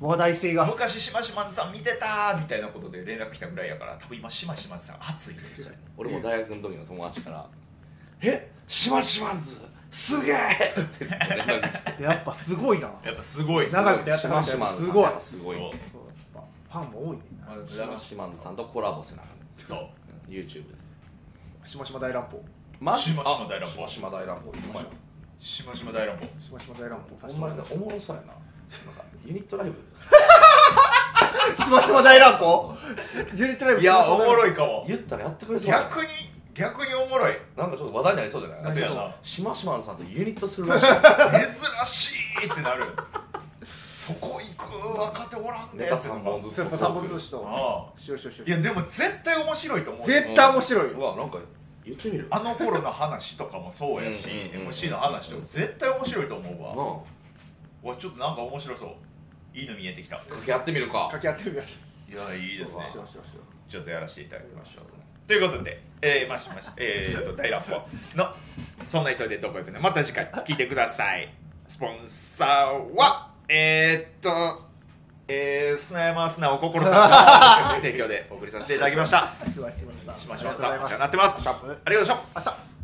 [SPEAKER 1] 話題性が
[SPEAKER 2] 昔しましまんさん見てたみたいなことで連絡来たぐらいやから多分今しましまんさん熱いですよ
[SPEAKER 3] 俺も大学の時の友達から「えシマシマンズすげえ!」って言って連絡来て
[SPEAKER 1] やっぱすごいな
[SPEAKER 2] やっぱすごいです
[SPEAKER 1] 長いことやってはる
[SPEAKER 3] シ
[SPEAKER 1] 人
[SPEAKER 3] マ
[SPEAKER 1] やっ
[SPEAKER 3] シ
[SPEAKER 1] ぱ
[SPEAKER 3] マン
[SPEAKER 1] す
[SPEAKER 3] ズさん
[SPEAKER 1] ごい
[SPEAKER 3] やっぱす
[SPEAKER 2] そ
[SPEAKER 3] ごい
[SPEAKER 2] う
[SPEAKER 1] そうやっぱファンも多いねんな
[SPEAKER 2] まあ
[SPEAKER 3] シマシマンズさんとコラボせなあかんね
[SPEAKER 2] そう
[SPEAKER 3] YouTube で
[SPEAKER 1] しましま大乱暴
[SPEAKER 3] マ
[SPEAKER 2] シマシマ大乱暴
[SPEAKER 3] シマシマ大乱暴ほんまや
[SPEAKER 2] うしましま大乱暴
[SPEAKER 1] しましま大乱暴させ
[SPEAKER 3] ほん
[SPEAKER 1] ても
[SPEAKER 3] ま
[SPEAKER 1] らい
[SPEAKER 3] に
[SPEAKER 1] ま
[SPEAKER 3] ね
[SPEAKER 1] す
[SPEAKER 3] おもろそうやななんかユニットライブ
[SPEAKER 1] しましま大乱暴ユニットライブ
[SPEAKER 2] いやおもろ
[SPEAKER 1] い
[SPEAKER 2] いかも
[SPEAKER 3] 言ったらやってくれそうやな
[SPEAKER 2] 逆に逆におもろい
[SPEAKER 3] なんかちょっと話題になりそうじゃない
[SPEAKER 2] そうや
[SPEAKER 3] か
[SPEAKER 2] な
[SPEAKER 3] シマシマンさんとユニットするらしい
[SPEAKER 2] 珍しいってなるそこ行く若手おらん
[SPEAKER 3] ネ
[SPEAKER 2] で
[SPEAKER 3] タ3本ずつ
[SPEAKER 1] そうそう三本ずつと
[SPEAKER 2] ああ
[SPEAKER 1] しようしようしよう
[SPEAKER 2] いやでも絶対面白いと思う
[SPEAKER 1] 絶対面白いうよ
[SPEAKER 3] わなんか言ってみる
[SPEAKER 2] あの頃の話とかもそうやし
[SPEAKER 3] うんうんうん
[SPEAKER 2] MC の話とか絶対面白いと思う
[SPEAKER 3] なあ
[SPEAKER 2] わうわちょっとなんか面白そういいの見えてきたい
[SPEAKER 3] 掛け合ってみるか
[SPEAKER 1] 掛け合ってみまし
[SPEAKER 2] やいいです
[SPEAKER 1] ょ
[SPEAKER 2] ね
[SPEAKER 1] うしようしようしよ
[SPEAKER 2] ちょっとやらせていただきましょうということで、えー、ましまし、えー、と、大乱暴の、そんな急いでどこ行くのまた次回聞いてください。スポンサーは、えー、っと、えー、砂山砂お心さんの提供でお送りさせていただきました。
[SPEAKER 1] うしましま
[SPEAKER 2] しましまさん、お世話になってます。ありがとうございました。